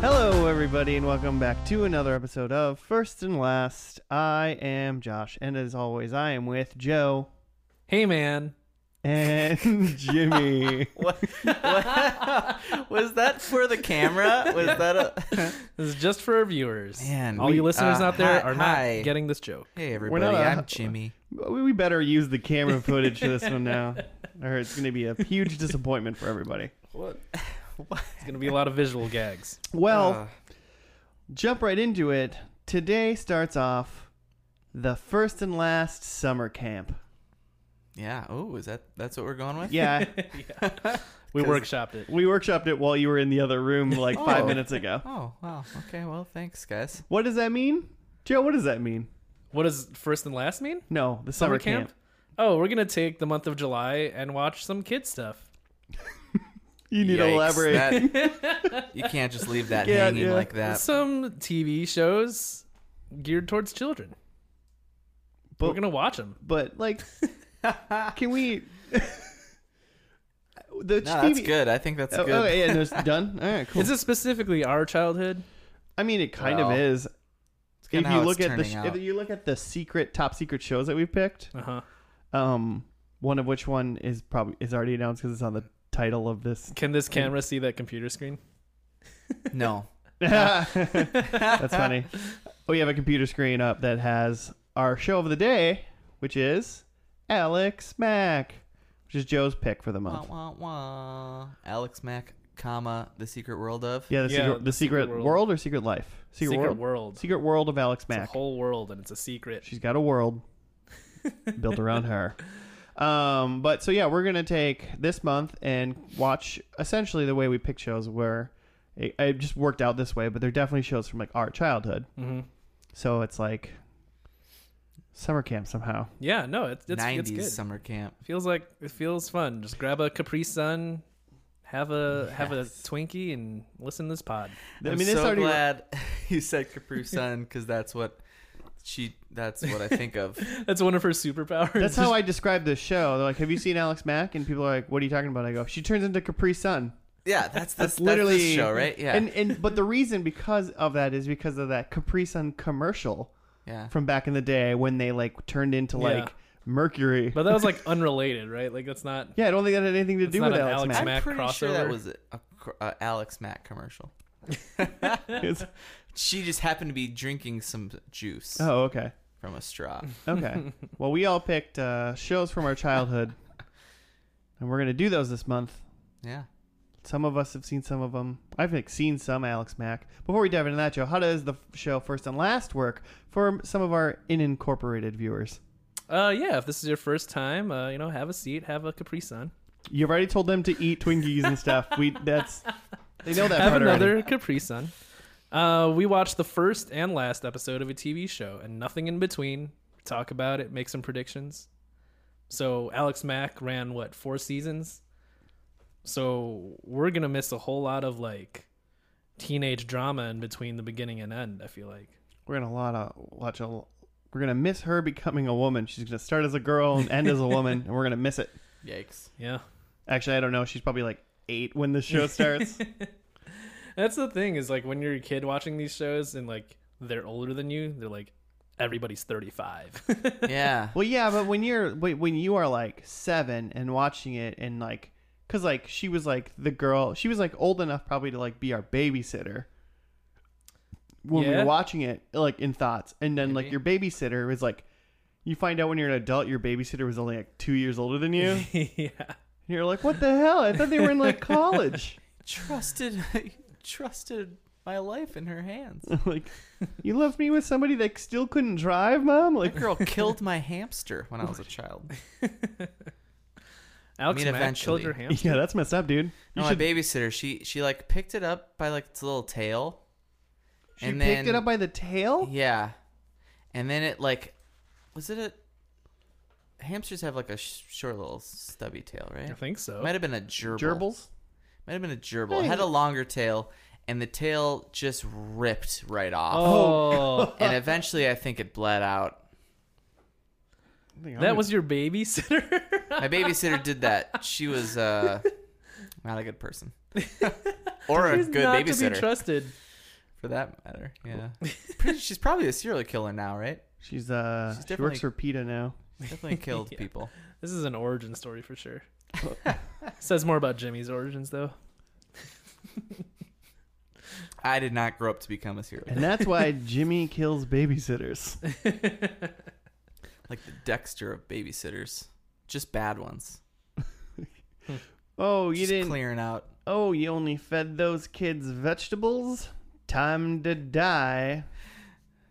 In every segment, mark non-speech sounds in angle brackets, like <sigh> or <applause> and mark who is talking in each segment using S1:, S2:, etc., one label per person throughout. S1: Hello, everybody, and welcome back to another episode of First and Last. I am Josh, and as always, I am with Joe
S2: Hey man.
S1: <laughs> and Jimmy.
S3: What, what- <laughs> was that for the camera? Was that a <laughs>
S2: This is just for our viewers.
S3: Man,
S2: All
S3: we-
S2: you listeners
S3: uh,
S2: out there
S3: hi-
S2: are not
S3: hi.
S2: getting this joke.
S3: Hey everybody,
S1: not a-
S3: I'm Jimmy.
S1: we we better use the camera footage for this one <laughs> now, or it's going to be a huge disappointment for everybody.
S2: What? It's gonna be a lot of visual gags.
S1: Well,
S3: Uh,
S1: jump right into it. Today starts off the first and last summer camp.
S3: yeah. Oh, is that that's what we're going with?
S1: Yeah,
S2: We
S3: 'Cause-
S2: workshopped
S1: <laughs>
S2: it.
S1: we workshopped it while you were in the other room like five
S3: Oh.
S1: minutes ago.
S3: Oh, wow. Okay, well, thanks guys.
S1: What does that mean? Joe, what does that mean?
S2: What does first and last mean?
S1: No, the summer, camp.
S2: Oh, we're gonna take the month of July and watch some kid stuff.
S1: You need to
S3: Yikes,
S1: elaborate. <laughs>
S3: that- you can't just leave that
S1: Yeah,
S3: hanging
S1: yeah.
S3: like that.
S2: Some TV shows geared towards children.
S1: But-
S2: we're gonna watch them.
S1: <laughs> but like, can we? <laughs> the
S3: No, that's good. I think that's
S1: Oh,
S3: good.
S1: oh, yeah,
S3: <laughs>
S1: no, it's done. All right, cool.
S2: Is this specifically our childhood?
S1: I mean, it kind
S3: Well,
S1: of is.
S3: kinda
S1: If
S3: how
S1: you
S3: it's
S1: look at the
S3: turning
S1: sh-
S3: out.
S1: if you look at the secret top secret shows that we've picked,
S2: Uh huh.
S1: um, one of which one is probably is already announced because it's on the title of this. <laughs>
S2: Can this camera see that computer screen?
S1: <laughs>
S3: No.
S1: that's
S3: <laughs>
S1: funny. We have a computer screen up that has our show of the day, which is Alex Mack, which is Joe's pick for the month.
S3: Wah, wah, wah. Alex Mack, comma, the secret world of.
S1: Yeah, the
S2: Yeah,
S1: secret, the
S2: the
S1: secret,
S2: secret
S1: world.
S2: world.
S1: or secret life? Secret, world?
S2: world.
S1: Secret world of Alex
S2: It's a
S1: Mack.
S2: whole world and it's a secret.
S1: She's got a world built around her. Um, but so yeah, we're gonna take this month and watch essentially the way we pick shows where it, it just worked out this way, but they're definitely shows from like our childhood.
S2: Mm-hmm.
S1: So it's like summer camp somehow.
S2: Yeah, no, it's it's, it's
S3: 90s
S2: good.
S3: summer camp.
S2: feels like it feels fun. Just grab a Capri Sun, have a have a
S3: Yes.
S2: Twinkie, and listen to this pod.
S3: I'm
S1: mean,
S3: so glad <laughs> you said Capri Sun because that's what she. That's what I think of.
S2: That's one of her
S1: <laughs>
S2: superpowers.
S1: That's how I describe this show. They're like, "Have you seen Alex Mack?" And people are like, "What are you talking about?" I go, "She turns into Capri Sun."
S3: Yeah,
S1: That's
S3: that's this, that's
S1: literally-
S3: literally this show, right? Yeah,
S1: And and but the reason because of that is because of that Capri Sun commercial
S3: yeah.
S1: from back in the day when they like turned into
S2: Yeah.
S1: like Mercury.
S2: <laughs> But that was like unrelated, right? Like that's not.
S1: yeah, I don't think that had anything to
S2: It's
S1: do
S2: not
S1: with
S2: an
S1: Alex,
S2: Alex
S1: Mack.
S2: Mack.
S3: I'm pretty sure that
S2: crossover.
S3: was a, cr- uh Alex Matt commercial.
S1: It's-
S3: She just happened to be drinking some juice
S1: oh, okay,
S3: from a straw.
S2: <laughs>
S1: okay. well, we all picked uh, shows from our childhood, and we're gonna do those this month.
S3: Yeah.
S1: Some of us have seen some of them. I've like, seen some Alex Mack. Before we dive into that, Joe, how does the f- show First and Last work for some of our unincorporated viewers?
S2: Uh, yeah. If this is your first time, uh, you know, have a seat, have a Capri Sun,
S1: You've already told them to eat Twinkies and stuff. We that's they know that
S2: have
S1: part
S2: another
S1: already.
S2: Capri Sun. Uh, we watch the first and last episode of a TV show and nothing in between. Talk about it, make some predictions. So Alex Mack ran what four seasons. So we're gonna miss a whole lot of like teenage drama in between the beginning and end. I feel like.
S1: We're gonna lot of watch a. We're gonna miss her becoming a woman. She's gonna start as a girl and end as a woman, and we're gonna miss it.
S3: Yikes.
S2: Yeah.
S1: Actually, I don't know. She's probably like eight when the <laughs> show starts.
S2: <laughs> That's the thing is like when you're a kid watching these shows and like they're older than you, they're like everybody's 35.
S1: <laughs>
S3: Yeah.
S1: well, yeah, but when you're wait, when you are like seven and watching it and like, cause like she was like the girl. She was like old enough probably to like be our babysitter. When we
S2: Yeah.
S1: were watching it, like in thoughts, and then like your babysitter was like, you find out when you're an adult, your babysitter was only like two years older than you.
S2: <laughs> yeah.
S1: And you're like, what the hell? I thought they were in like college. <laughs>
S3: Trusted, <laughs> trusted my life in her hands.
S1: like, you left me with somebody that still couldn't drive, mom. <laughs> Like,
S3: That girl killed my hamster when I was
S1: <laughs>
S3: a child.
S2: Alex
S3: mean,
S2: Mack killed
S3: eventually.
S2: her
S1: <laughs>
S2: hamster.
S1: yeah, that's messed up, dude. You
S3: No, my
S1: should.
S3: babysitter, she she like picked it up by like its little tail.
S1: She
S3: and
S1: picked
S3: then-
S1: it up by the
S2: Oh.
S1: tail.
S3: Yeah. And then it like was it a hamsters have like a sh- short little stubby tail, right?
S2: I think so.
S3: Might have been a gerbil.
S1: Gerbils.
S3: Might have been a gerbil. It had a longer tail and the tail just ripped right off.
S2: Oh,
S3: <laughs> And eventually I think it bled out.
S1: I think I'm
S2: that
S1: gonna-
S2: was your babysitter. <laughs>
S3: My babysitter did that. She was
S2: <laughs>
S3: uh not a good person. or a
S2: She's
S3: good
S2: not to be
S3: babysitter.
S2: trusted.
S3: for that matter. Yeah, Pretty, she's probably a serial killer now, right?
S1: She's uh,
S3: She's
S1: she works
S3: definitely-
S1: for PETA
S3: <laughs>
S1: now.
S2: <laughs>
S3: She's definitely killed
S2: Yeah.
S3: people.
S2: This is an origin story for sure. Says more about Jimmy's origins though. <laughs>
S3: I did not grow up to become a serial
S1: And that's why Jimmy kills
S3: <laughs>
S1: babysitters.
S3: like the Dexter of babysitters, just bad ones.
S1: Oh, you
S3: just
S1: didn't.
S3: clearing out.
S1: Oh, you only fed those kids vegetables? Time to die.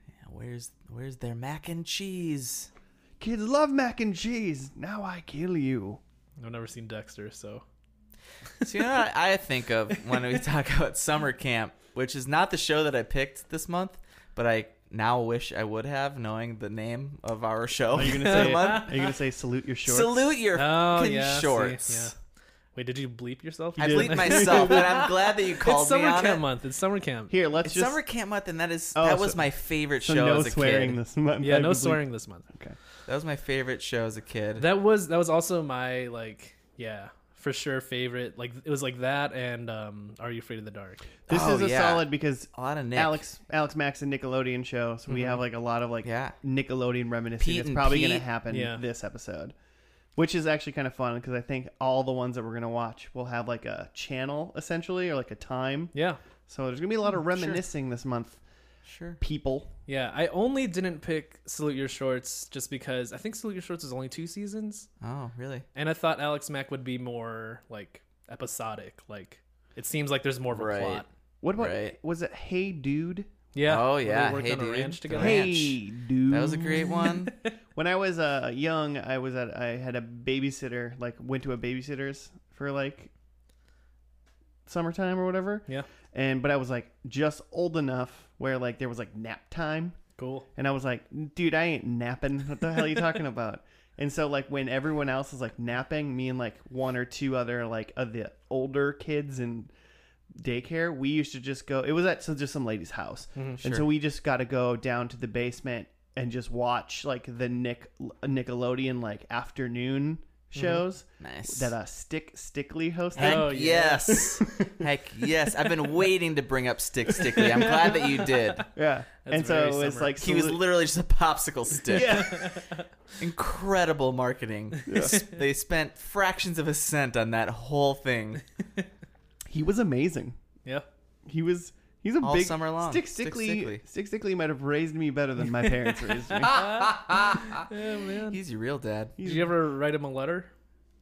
S3: Yeah, where's where's their mac and cheese?
S1: Kids love mac and cheese. Now I kill you.
S2: I've never seen Dexter, so
S3: So
S2: <laughs>
S3: you know what I think of when we talk <laughs> about summer camp, which is not the show that I picked this month, but I now wish I would have, knowing the name of our show.
S1: Are you
S3: <laughs>
S1: gonna
S3: for the
S1: say?
S3: month.
S1: are you gonna say salute your shorts?
S3: Salute your
S2: Oh,
S3: fucking
S2: yeah, I see,
S3: shorts.
S2: yeah. wait, did you bleep yourself?
S1: You
S3: I
S1: did.
S3: bleeped
S2: <laughs>
S3: myself,
S1: <laughs>
S3: but I'm glad that you
S2: It's
S3: called me
S2: summer
S3: on
S2: camp
S3: it.
S2: month. It's summer camp.
S1: Here, let's
S3: It's
S1: just
S3: summer camp month, and that is
S1: Oh,
S3: that
S1: so-
S3: was my favorite
S1: so
S3: show
S1: no
S3: as a
S1: swearing
S3: kid.
S1: this month.
S2: Yeah,
S1: I
S2: no
S1: believe-
S2: swearing this month.
S3: That was my favorite show as a kid.
S2: That was that was also my like yeah for sure favorite. Like it was like that and um, Are You Afraid of the Dark?
S1: This
S3: Oh,
S1: is a
S3: yeah.
S1: solid because
S3: a lot of Nick. Mm-hmm.
S1: Alex, Alex Max, and Nickelodeon show. So we have like a lot of like
S3: Yeah.
S1: Nickelodeon reminiscing.
S3: Pete
S1: it's
S3: and
S1: probably
S3: Pete.
S1: gonna happen
S2: Yeah.
S1: this episode, which is actually kind of fun because I think all the ones that we're gonna watch will have like a channel essentially or like a time.
S2: Yeah,
S1: So there's gonna be a lot of
S3: Mm,
S1: reminiscing this month,
S3: Sure.
S1: people.
S2: yeah. I only didn't pick Salute Your Shorts just because I think Salute Your Shorts was only two seasons,
S3: Oh, really?
S2: and I thought Alex Mack would be more like episodic. Like it seems like there's more of a
S3: Right.
S2: plot.
S1: What about
S3: Right.
S1: was it? Hey, dude.
S2: Yeah.
S3: Oh,
S2: where they
S3: yeah.
S2: worked
S3: Hey,
S2: on a
S3: dude.
S2: ranch
S3: The
S2: together.
S3: ranch.
S1: Hey, dude.
S3: That was a
S1: <laughs>
S3: great one.
S1: When I was uh, young, I was at I had a babysitter, like went to a babysitter's for like summertime or whatever.
S2: Yeah.
S1: And but I was like just old enough where like there was like nap time,
S2: Cool.
S1: and I was like, dude, I ain't napping. What the hell are you talking about? <laughs> And so like when everyone else is like napping, me and like one or two other like of the older kids in daycare, we used to just go. It was at so just some lady's house,
S2: Mm-hmm,
S1: and
S3: Sure.
S1: so we just got to go down to the basement and just watch like the Nick Nickelodeon like afternoon
S2: Mm-hmm.
S1: shows
S3: nice.
S1: that uh Stick Stickley hosted.
S3: Heck
S2: Oh,
S1: <laughs>
S2: yeah.
S3: yes. Heck yes. I've been waiting to bring up Stick Stickly. I'm glad that you did.
S1: yeah,
S2: That's
S1: and so
S2: very
S1: it was
S2: summer.
S1: like
S3: He was
S1: salute-
S3: literally just a popsicle stick.
S1: yeah.
S3: <laughs> Incredible marketing. They spent fractions of a cent on that whole thing.
S1: he was amazing.
S2: Yeah.
S1: He was he's a
S3: All
S1: big
S3: summer long.
S1: Stick
S3: Stick
S1: Stickley, Stick
S3: Stickley.
S1: Stickley might have raised me better than my parents raised me.
S2: Yeah, man.
S3: He's your real dad.
S2: Did you ever write him a letter?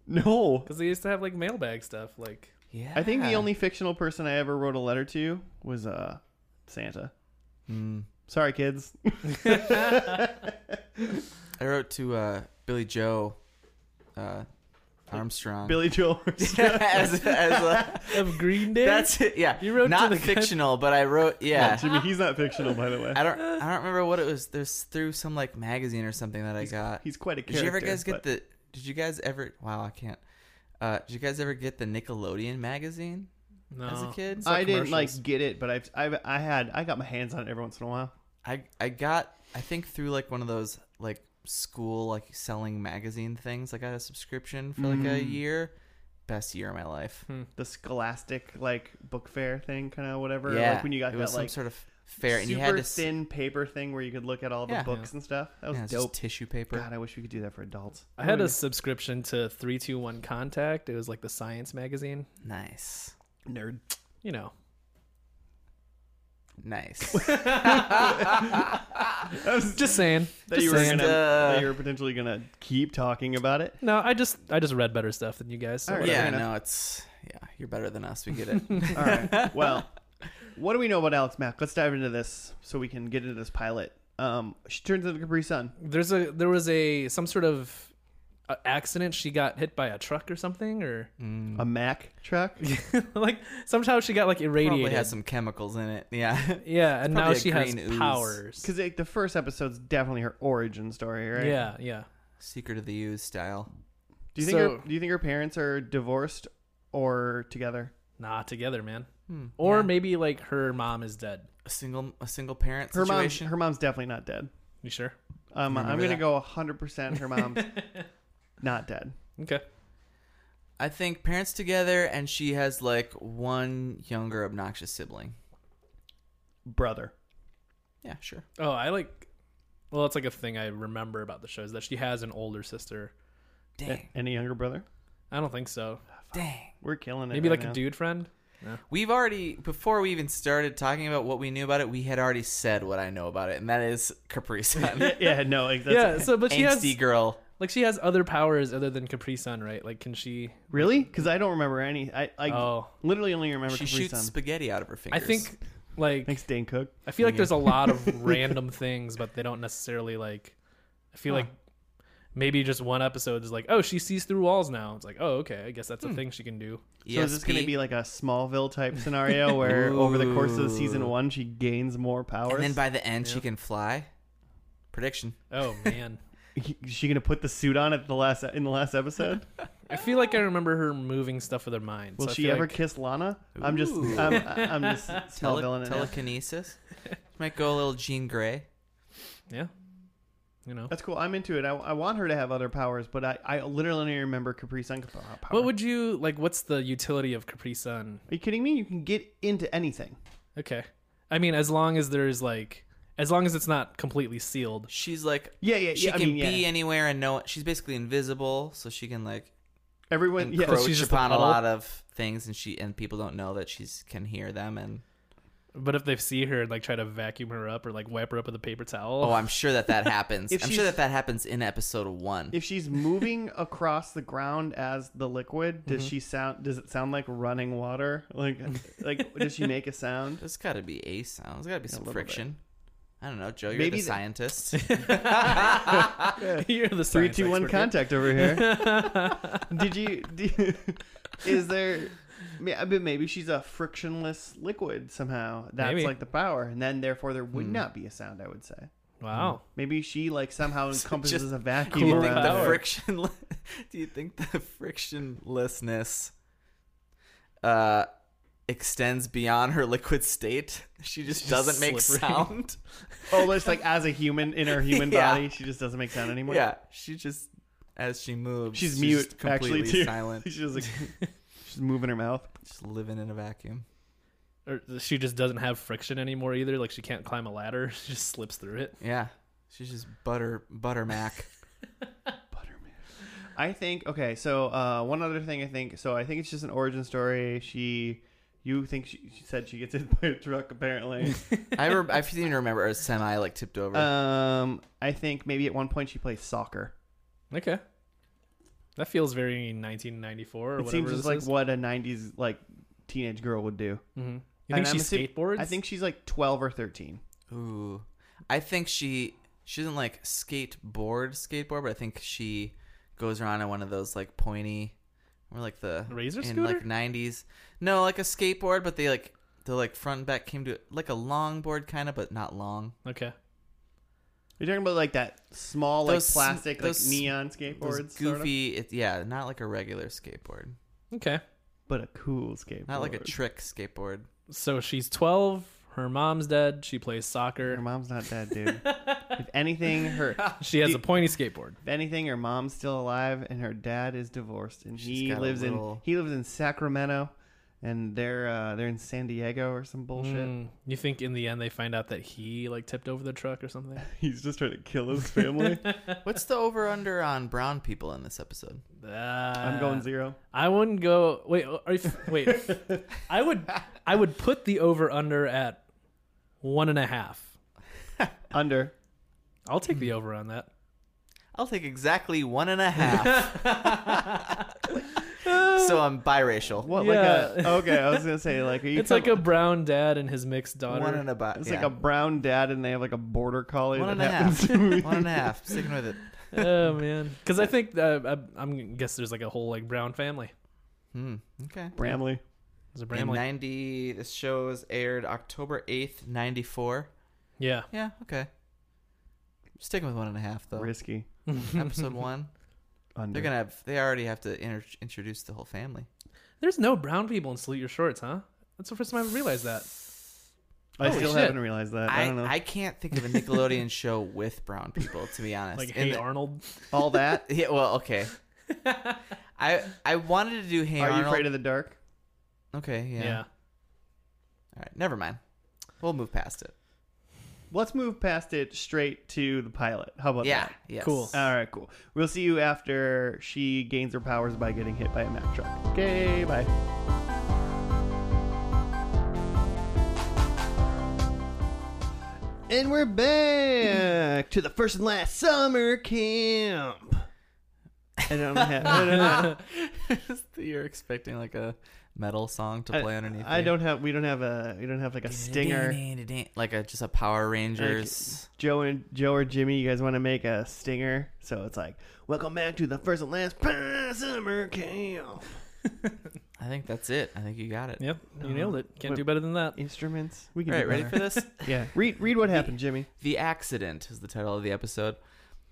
S1: No.
S2: Because they used to have like mailbag stuff. Like
S3: Yeah.
S1: I think the only fictional person I ever wrote a letter to was uh Santa.
S3: Hmm.
S1: Sorry, kids. <laughs>
S3: I wrote to uh, Billy Joe uh, Armstrong.
S1: Billy Joel.
S3: <laughs>
S1: <laughs>
S3: as, as a,
S2: of Green Day.
S3: that's it. Yeah.
S2: You wrote to
S3: not
S2: the guy-
S3: fictional, but I wrote yeah.
S1: Jimmy, he's not fictional, by the way.
S3: <laughs> I don't I don't remember what it was. There's through some like magazine or something that I got.
S1: He's quite a
S3: Did
S1: character.
S3: you ever guys get
S1: but-
S3: the? Did you guys ever? Wow, I can't. Uh, did you guys ever get the Nickelodeon magazine
S2: no.
S3: as a kid?
S2: It's like
S1: I didn't
S2: commercials.
S1: like get it, but I've, I've I had I got my hands on it every once in a while.
S3: I I got I think through like one of those like school like selling magazine things. I got a subscription for like a
S1: Mm.
S3: year. Best year of my life.
S1: The Scholastic like book fair thing, kind of whatever.
S3: Yeah,
S1: like when you got
S3: it was
S1: that like
S3: some sort of fair,
S1: super
S3: and you had to s-
S1: thin paper thing where you could look at all the
S3: Yeah.
S1: books and stuff. That was
S3: yeah, it's just
S1: dope.
S3: tissue paper.
S1: God, I wish we could do that for adults.
S2: I had a subscription to 321 Contact. It was like the science magazine.
S3: Nice,
S1: nerd.
S2: You know,
S1: <laughs>
S3: nice.
S2: just saying.
S1: That
S2: Just
S1: you were
S2: saying.
S1: gonna,
S3: uh,
S1: that you were potentially gonna keep talking about it.
S2: No, I just I just read better stuff than you guys. So
S1: All right.
S2: whatever.
S3: yeah,
S1: enough.
S3: no, it's yeah. You're better than us. We
S1: <laughs>
S3: get it.
S1: All right. Well, <laughs> what do we know about Alex Mack? Let's dive into this so we can get into this pilot. Um, she turns into the Capri Sun.
S2: There's a there was a some sort of uh, accident. She got hit by a truck or something, or <laughs>
S3: Mm.
S1: A Mack truck.
S2: like somehow she got like
S3: Probably
S2: irradiated.
S3: has some chemicals in it. Yeah. <laughs>
S2: yeah, and now
S3: probably a
S2: she has
S3: green ooze.
S2: powers.
S1: Because like, the first episode's definitely her origin story, right?
S2: Yeah, yeah.
S3: Secret of the Use style.
S1: Do you think
S2: So-
S1: her, do you think her parents are divorced or together?
S2: Nah, together, man.
S1: Hmm.
S2: or maybe like her mom is dead.
S3: A single a single parent
S1: Her mom,
S3: situation.
S1: her mom's definitely not dead.
S2: You sure?
S1: Um, I'm
S3: Remember
S1: gonna
S3: that.
S1: go 100 percent her mom's
S2: <laughs>
S1: not dead.
S2: Okay.
S3: I think parents together, and she has like one younger obnoxious sibling.
S1: brother.
S3: Yeah, sure.
S2: Oh, I like. Well, that's like a thing I remember about the show is that she has an older sister.
S3: Dang,
S1: Any younger brother?
S2: I don't think so.
S3: dang.
S1: We're killing it.
S2: Maybe
S1: right
S2: like
S1: now.
S2: a dude friend.
S3: We've already before we even started talking about what we knew about it, we had already said what I know about it, and that is
S1: <laughs>
S3: Capri Sun,
S1: Yeah,
S2: <laughs>
S1: no, like that's,
S3: <laughs>
S2: yeah. So, but she has
S3: angsty girl.
S2: like she has other powers other than Capri Sun, right? Like, can she?
S1: Really? Because I don't remember any. I, I
S2: Oh.
S1: literally only remember
S3: She
S1: Capri
S3: shoots
S1: Sun.
S3: spaghetti out of her
S2: I
S3: fingers.
S2: think like
S1: Thanks, Dane Cook.
S2: I feel like there's a
S1: <laughs>
S2: lot of random things, but they don't necessarily like. I feel like maybe just one episode is like, oh, she sees through walls now. It's like, oh, okay, I guess that's
S1: Hmm.
S2: a thing she can do.
S1: So is this going to
S3: ESP.
S1: be like a Smallville type scenario
S3: <laughs>
S1: where over the course of season
S3: Ooh.
S1: one she gains more powers?
S3: And then by the end, she can fly. Prediction.
S2: Oh man,
S1: is she going to put the suit on at the last in the last
S3: <laughs>
S1: episode?
S2: I feel like I remember her moving stuff with her mind.
S1: Will
S2: so I
S1: she
S2: feel
S1: ever
S2: like-
S1: kiss Lana? I'm just
S3: Ooh.
S1: I'm, I'm
S3: <laughs>
S1: just
S3: Tele-
S1: Smallville in it. now.
S3: telekinesis. <laughs> Might go a little Jean Grey.
S2: Yeah, you know.
S1: That's cool. I'm into it. I, I want her to have other powers, but I, I literally only remember Capri Sun power.
S2: What would you like? What's the utility of Capri Sun?
S1: Are you kidding me? You can get into anything.
S2: Okay, I mean, as long as there's like, as long as it's not completely sealed.
S3: She's like
S1: Yeah, yeah, yeah.
S3: she
S1: I
S3: can
S1: mean, yeah.
S3: be anywhere and no. She's basically invisible, so she can like
S1: Everyone, yeah.
S3: encroach
S2: she's just a
S3: upon a
S2: puddle?
S3: lot of things, and she and people don't know that she's can hear them. And
S2: But if they see her and like try to vacuum her up or like wipe her up with a paper towel,
S3: oh, I'm sure that that happens.
S1: If
S3: I'm
S1: she's-
S3: sure that that happens in episode one.
S1: If she's moving <laughs> across the ground as the liquid, does she sound? Does it sound like running water? <laughs> Like, like does she make a sound?
S3: There's got to be a sound. There's got to be some
S1: little
S3: friction. I don't know, Joe. You're
S1: Maybe
S3: the
S1: the-
S3: scientist. <laughs>
S2: <laughs> you're the
S1: Three,
S2: science
S1: two, one,
S2: expert here.
S1: contact over
S2: <laughs>
S1: here. Did you? <laughs> Do, is there? may- I mean, maybe she's a frictionless liquid somehow. That's
S2: Maybe.
S1: like the power, and then therefore there would not be a sound. I would say.
S2: Wow.
S1: Maybe she like somehow
S3: So
S1: encompasses
S3: just-
S1: a
S3: do
S1: vacuum.
S3: you think
S1: around
S3: the
S1: her.
S3: friction? <laughs> Do you think the frictionlessness uh, extends beyond her liquid state? She just
S2: She's
S3: doesn't make
S1: <laughs>
S2: slippery.
S3: sound.
S1: oh, it's like as a human in her human
S3: Yeah.
S1: body, she just doesn't make sound anymore.
S3: Yeah, she just as she moves,
S1: She's mute,
S3: just
S1: actually,
S3: completely
S1: too. <laughs> <laughs>
S3: silent,
S1: she's just like she's moving her mouth.
S3: just living in a vacuum.
S2: Or she just doesn't have friction anymore either. Like she can't climb a ladder. <laughs> She just slips through it.
S3: Yeah, she's just butter
S1: <laughs>
S3: butter mac.
S1: I think okay. So uh, one other thing, I think so. I think it's just an origin story. She, you think she, she said she gets hit <laughs> by a truck
S3: <laughs>
S1: apparently.
S3: I re- I seem to remember a semi like tipped over.
S1: um, I think maybe at one point she plays soccer.
S2: Okay. That feels very 1994 or
S1: It
S2: whatever.
S1: seems just
S2: this
S1: like
S2: is.
S1: what a '90s like teenage girl would do.
S2: Mhm. You
S1: And
S2: think
S1: I'm
S2: she
S1: assu-
S2: skateboards?
S1: I think she's like 12 or 13.
S3: Ooh, I think she she doesn't like skateboard skateboard, but I think she goes around on one of those like pointy, or like the
S2: Razor
S3: in
S2: scooter?
S3: like nineties. No, like a skateboard, but they like the like front and back came to like a longboard kind of, but not long.
S2: Okay.
S1: You're talking about like that small
S3: Those
S1: like
S3: sm-
S1: plastic like
S3: those sm-
S1: neon
S3: Those
S1: skateboards, sort of,
S3: goofy, it, yeah, not like a regular skatboard,
S2: Okay.
S1: but a cool skateboard.
S3: not like a trick skateboard.
S2: So she's 12. Her mom's dead. She plays
S1: Her
S2: soccer.
S1: mom's not dead,
S3: <laughs>
S1: dude. if anything, her
S2: She has a pointy skateboard.
S1: If anything, her mom's still alive and her dad is divorced, and
S3: She's
S1: he
S3: got a
S1: lives in
S3: little-
S1: he lives in Sacramento, and they're uh, they're in San Diego or some bullshit.
S2: Mm. You think in the end they find out that he like tipped over the truck
S1: <laughs>
S2: or something?
S1: <laughs> He's just trying to kill his
S2: <laughs>
S1: family.
S3: What's the over under on brown people in this episode?
S2: Uh,
S1: I'm going zero.
S2: I wouldn't go. Wait, are you,
S1: <laughs>
S2: wait. I would. I would put the over under at one and a half.
S1: Under.
S2: I'll take the over on that.
S3: I'll take exactly one and
S2: <laughs>
S3: a half. so I'm biracial.
S1: What like
S2: Yeah.
S1: a <laughs> okay? I was gonna say like are you
S2: It's
S1: com-
S2: like a brown dad and his mixed daughter.
S3: One and a bi-
S1: it's
S3: yeah.
S1: like a brown dad, and they have like a border collie
S3: One
S1: that
S3: and a
S1: happens
S3: half.
S1: to be- <laughs>
S3: One and a half. Sticking with it.
S2: <laughs> oh man, because I think uh, I, I'm guess there's like a whole like brown family.
S3: Hmm. Okay. <laughs>
S1: Bramley.
S2: There's a
S3: In
S2: Bramley.
S3: ninety, this show was aired October eighth, ninety four.
S2: yeah.
S3: Yeah. Okay. Sticking with one and a half though.
S1: Risky.
S3: <laughs> Episode one.
S1: Under.
S3: They're gonna have. They already have to inter- introduce the whole family.
S2: There's no brown people in Salute Your Shorts, huh? That's the first time I realized that.
S1: I
S2: Holy
S1: still
S2: shit.
S1: haven't realized that. I,
S3: I,
S1: don't know.
S3: I can't think of a
S1: <laughs>
S3: Nickelodeon show with brown people. To be honest,
S2: Like,
S3: In
S2: hey
S3: the-
S2: Arnold.
S1: All that.
S3: Yeah.
S2: <laughs>
S3: Well, okay. I I wanted to do <laughs> Hey
S1: Are you
S3: Arnold.
S1: afraid of the dark?
S3: okay. Yeah.
S2: Yeah.
S3: All right. Never mind. We'll move past it.
S1: Let's move past it straight to the pilot. How about
S3: Yeah.
S1: that?
S3: Yes.
S2: Cool.
S1: All right, cool. We'll see you after she gains her powers by getting hit by a Mack truck. Okay, bye. And we're back to the first and last summer camp. I don't have. I don't have.
S3: <laughs> You're expecting like a metal song to
S1: I-
S3: play underneath.
S1: I
S3: it.
S1: don't have. We don't have a. We don't have like a stinger.
S3: <laughs> Like a just a Power Rangers.
S1: Joe and Joe or Jimmy, you guys want to make a stinger? So it's like, welcome back to the first and last <laughs> summer camp.
S3: I think that's it. I think you got it.
S2: Yep, you nailed it. Can't do better than that.
S1: Instruments. We can
S3: All right,
S1: do
S3: ready
S1: better.
S3: for
S1: <laughs>
S3: this?
S1: Yeah. Read read what happened, Jimmy.
S3: The Accident is the title of the episode.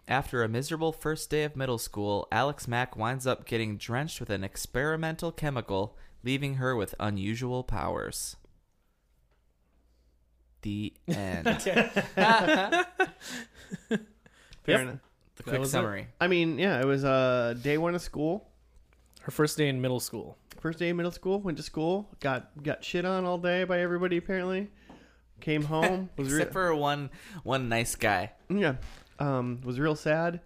S3: After a miserable first day of middle school, Alex Mack winds up getting drenched with an experimental chemical, leaving her with unusual powers. The
S1: <laughs>
S3: end. the
S1: Fair
S2: Yep.
S1: enough.
S3: quick
S2: was it.
S3: summary.
S1: I mean, yeah, it was uh day one of school.
S2: Her first day in middle school. <laughs>
S1: First day of middle school, went to school, got got shit on all day by everybody apparently.
S3: <laughs>
S1: Came home, was real
S3: Except for one one nice guy.
S1: Yeah. Um, was real sad.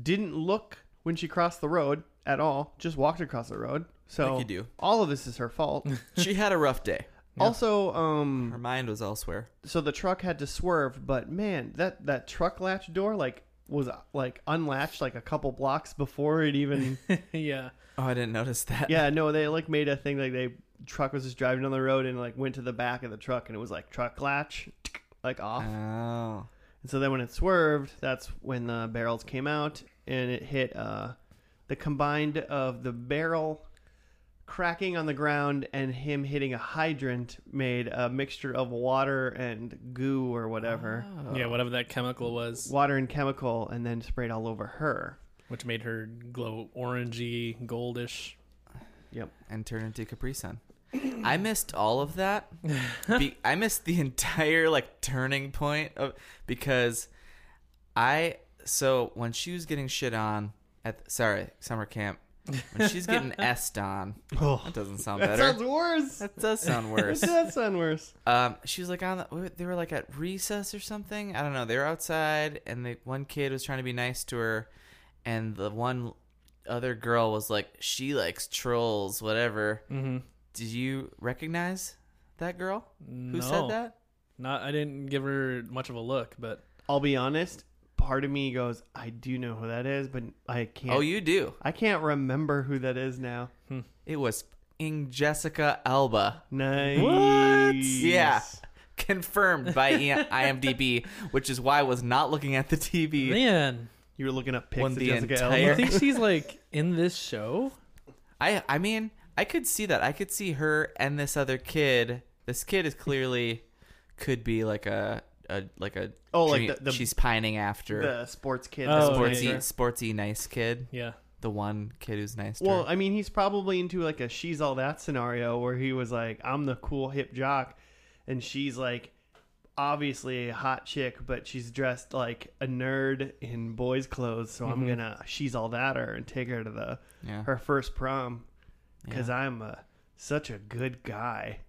S1: Didn't look when she crossed the road at all, just walked across the road. So
S3: Like you do.
S1: all of this is her
S3: <laughs>
S1: fault.
S3: She had a rough day.
S1: also,
S3: Her
S1: um
S3: mind was elsewhere.
S1: so the truck had to swerve, but man, that that truck latch door like was like unlatched like a couple blocks before it
S3: <laughs>
S1: even
S2: yeah.
S3: Oh, I didn't notice that.
S1: Yeah, no, they like made a thing like they truck was just driving down the road and like went to the back of the truck and it was like truck latch like off.
S3: Oh.
S1: And so then when it swerved, that's when the barrels came out and it hit uh the combined of the barrel cracking on the ground and him hitting a hydrant made a mixture of water and goo or whatever.
S3: Uh-huh.
S2: Yeah, whatever that chemical was,
S1: Water and chemical and then sprayed all over her.
S2: which made her glow orangey, goldish.
S1: Yep.
S3: and turn into Capri Sun. I missed all of <laughs> that. Be- I missed the entire like turning point of because I so when she was getting shit on at sorry summer camp when she's getting <laughs> s'd on
S1: Oh.
S3: that doesn't sound
S1: That
S3: better <laughs>
S1: sounds worse.
S3: that does sound
S1: That
S3: worse
S1: does sound worse.
S3: um, she was like on the, we were- they were like at recess or something. I don't know. They were outside, and the one kid was trying to be nice to her, and the one other girl was like, "She likes trolls, whatever."
S2: Mm-hmm.
S3: Did you recognize that girl who
S2: no,
S3: said that?
S2: Not. I didn't give her much of a look, but
S1: I'll be honest. Part of me goes, I do know who that is, but I can't.
S3: Oh, you do.
S1: I can't remember who that is now.
S3: It was f***ing Jessica Alba, <laughs>
S1: Nice.
S3: Yeah. confirmed by E- IMDb, which is why I was not looking at the TV.
S2: man,
S1: You were looking up pics
S3: Won
S1: of
S3: the
S1: Jessica
S3: entire- <laughs>
S2: you
S1: Alba.
S2: think she's like in this show?
S3: I I mean, I could see that. I could see her and this other kid. This kid is clearly could be like a, a like a
S1: Oh, like
S3: dream-
S1: the- the-
S3: she's pining after
S1: The sports kid. the
S2: Oh,
S3: sportsy
S1: sports
S2: yeah,
S1: kid.
S3: sportsy nice kid,
S2: Yeah.
S3: the one kid who's nice. To
S1: Well,
S3: her.
S1: I mean, he's probably into like a she's all that scenario where he was like, I'm the cool hip jock. And she's like, obviously a hot chick, but she's dressed like a nerd in boys' clothes. So I'm going to she's all that her and take her to the
S3: yeah.
S1: her first prom because
S3: Yeah.
S1: I'm a, such a good guy.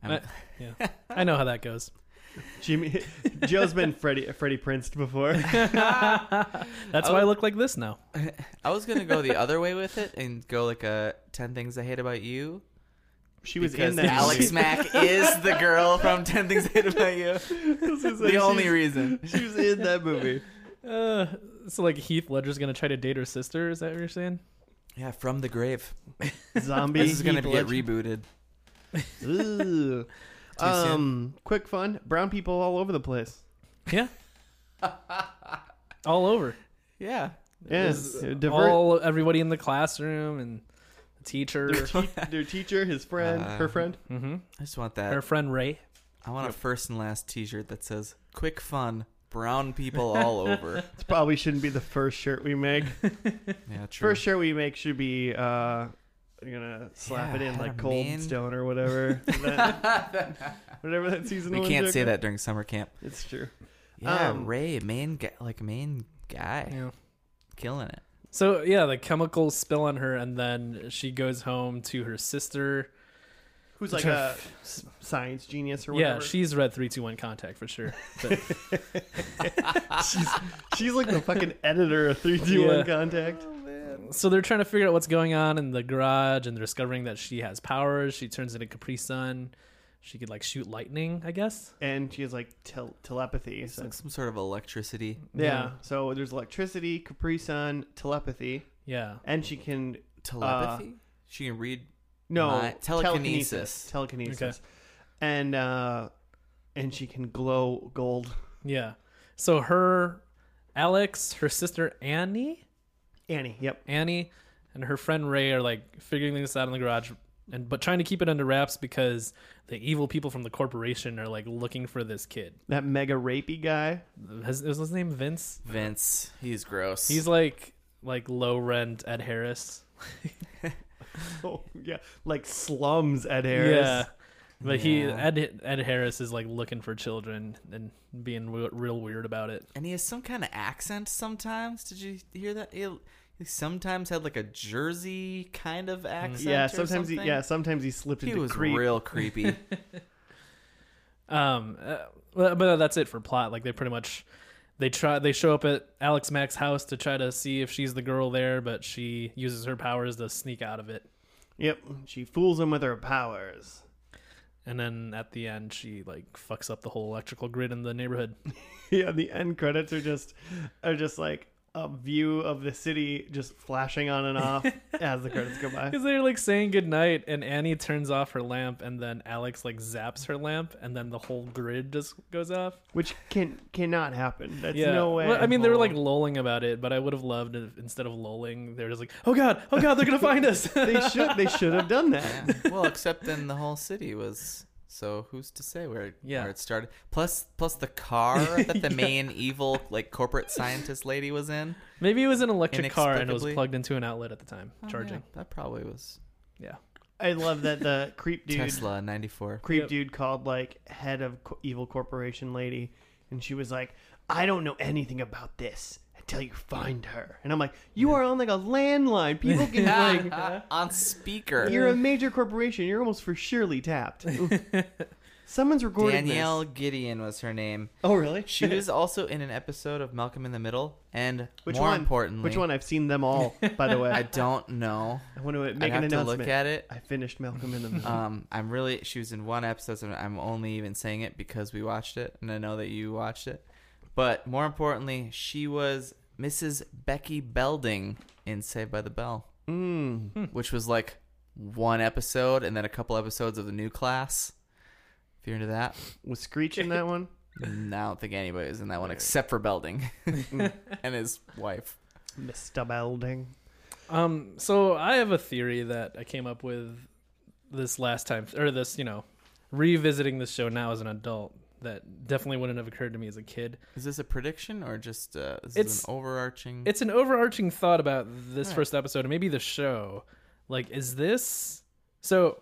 S3: I'm-
S2: Yeah. I know how that <laughs> goes.
S1: Jimmy <laughs> Joe's been Freddie Freddie Prince
S3: <laughs>
S1: before.
S2: That's why I look like this now.
S3: I was
S1: <laughs>
S3: gonna go the other way with it and go like a ten things I hate about you.
S1: She was
S3: because
S1: in that.
S3: Alex
S1: movie.
S3: Mack is the girl from Ten Things I Hate About You.
S1: <laughs> This is like
S3: The only
S1: she's-
S3: reason.
S1: she was in
S3: <laughs>
S1: that movie.
S2: Uh, so like Heath Ledger's gonna try to date her sister. Is that what you're saying?
S3: Yeah, from the grave.
S1: Zombie.
S3: This is gonna
S1: Heath
S3: get
S1: Ledger.
S3: rebooted.
S1: Ooh.
S3: Too
S1: Um, quick fun. Brown people all over the place.
S2: Yeah. all over.
S3: Yeah. uh,
S1: Yes,
S2: Is
S1: diver-
S2: all everybody in the classroom and the teacher.
S3: <laughs>
S1: their, te- their teacher, his friend, her
S3: Uh,
S1: friend.
S2: mm-hmm.
S3: I just want that.
S2: Her friend Ray.
S3: I want a first and last T-shirt that says "Quick Fun." Brown
S1: <laughs>
S3: people all over.
S1: This probably shouldn't be the first shirt we make.
S3: Yeah, true.
S1: First shirt we make should be. uh I'm gonna slap
S3: Yeah,
S1: it
S3: I
S1: in like
S3: don't
S1: Cold
S3: mean-
S1: Stone or
S3: <laughs>
S1: whatever. That- whatever that season.
S3: we
S1: one's
S3: can't say
S1: are.
S3: that during summer camp.
S1: It's true.
S3: Yeah,
S1: Um,
S3: Ray, main guy, like main guy,
S2: Yeah.
S3: killing it.
S2: So yeah, the chemicals spill on her, and then she goes home to her sister,
S1: who's like uh,
S2: Sure.
S1: a s- science genius or whatever.
S2: Yeah, she's read three two one contact for sure. But
S1: <laughs> she's like
S2: <laughs>
S1: the fucking editor of 321
S2: Yeah.
S1: Contact.
S2: so they're trying to figure out what's going on in the garage and they're discovering that she has powers she turns into capri sun she could like shoot lightning i guess
S1: And she has like tel- telepathy.
S3: It's
S1: So,
S3: like some sort of electricity.
S1: yeah.
S2: Yeah.
S1: So there's electricity, Capri Sun, telepathy,
S2: yeah
S1: and she can
S3: Telepathy?
S1: Uh,
S3: she can read.
S1: no
S3: My- telekinesis.
S1: telekinesis. Telekinesis. And uh, and she can glow gold.
S2: yeah so her alex her sister annie
S1: Annie. Yep.
S2: annie and her friend ray are like figuring this out in the garage and but trying to keep it under wraps because the evil people from the corporation are like looking for this kid
S1: That mega rapey guy. <laughs>
S2: Has- is his name vince
S3: Vince, he's gross.
S2: he's like like low rent ed harris
S1: Oh yeah, like slums at Harris.
S2: Yeah. But he
S3: Yeah.
S2: Ed Ed Harris is like looking for children and being w- real weird about it.
S3: and he has some kind of accent sometimes. Did you hear that? He, he sometimes had like a Jersey kind of accent.
S1: Mm, Yeah,
S3: or
S1: sometimes he,
S3: something.
S1: yeah, sometimes he slipped
S3: He
S1: into
S3: was
S1: creep. <laughs>
S3: real creepy.
S2: Um, uh, but, but that's it for plot. Like they pretty much they try they show up at Alex Mack's house to try to see if she's the girl there, but she uses her powers to sneak out of it.
S1: Yep, she fools him with her powers.
S2: And then at the end, she like fucks up the whole electrical grid in the neighborhood.
S1: <laughs> Yeah, the end credits are just are just like a view of the city just flashing on and <laughs> off as the credits go by.
S2: Because they're like saying goodnight, and Annie turns off her lamp, and then Alex like zaps her lamp, and then the whole grid just goes off.
S1: Which can cannot happen. That's no way.
S2: Well, I mean, they were like lolling about it, but I would have loved if instead of lolling, they were just like, "Oh god, oh god,
S1: <laughs>
S2: they're gonna find us."
S1: <laughs> they should they should have done that.
S3: Yeah. Well, except then the whole city was. So who's to say where it,
S2: Yeah.
S3: where it started? Plus, plus the car
S1: <laughs>
S3: that the main evil like corporate scientist lady was in.
S2: <laughs> Maybe it was an electric car and it was
S3: Inexplicably.
S2: plugged into an outlet at the time,
S3: Oh, yeah,
S2: charging.
S3: that probably was
S2: Yeah.
S1: I love that the creep dude
S3: Tesla '94.
S1: creep
S2: Yep.
S1: dude called like head of co- evil corporation lady and she was like i don't know anything about this until you find her and i'm like you are on like a landline people <laughs> can <laughs>
S3: <laughs>
S1: like uh,
S3: on speaker.
S1: <laughs> you're a major corporation you're almost for surely
S3: <laughs>
S1: tapped someone's recording
S3: Danielle
S1: this.
S3: Gideon was her name.
S1: oh really <laughs>
S3: She was also in an episode of Malcolm in the Middle, and
S1: which
S3: more
S1: one
S3: importantly,
S1: which one i've seen them all by the
S3: <laughs>
S1: way
S3: I
S1: i, <laughs>
S3: don't know.
S1: want to
S3: I
S1: make an
S3: have to
S1: announcement
S3: look at it.
S1: i finished malcolm in the middle
S3: <laughs> Um, I'm really. She was in one episode, so I'm only even saying it because we watched it, and I know that you watched it. But more importantly, she was Mrs. Becky Belding in Saved by the Bell,
S1: mm.
S3: which was like one episode, and then a couple episodes of the new class. If you're
S2: <laughs>
S3: into that,
S1: was screech in that <laughs> one
S3: I don't think anybody was in that one except for Belding
S2: <laughs>
S3: <laughs> and his wife.
S1: mr belding
S2: Um. So I have a theory that I came up with this last time, or this, you know, revisiting this show now as an adult that definitely wouldn't have occurred to me as a kid.
S3: Is this a prediction or just uh, this
S2: It's-
S3: is an overarching?
S2: It's an overarching thought about this
S3: Alright.
S2: first episode and maybe the show. Like, is this so?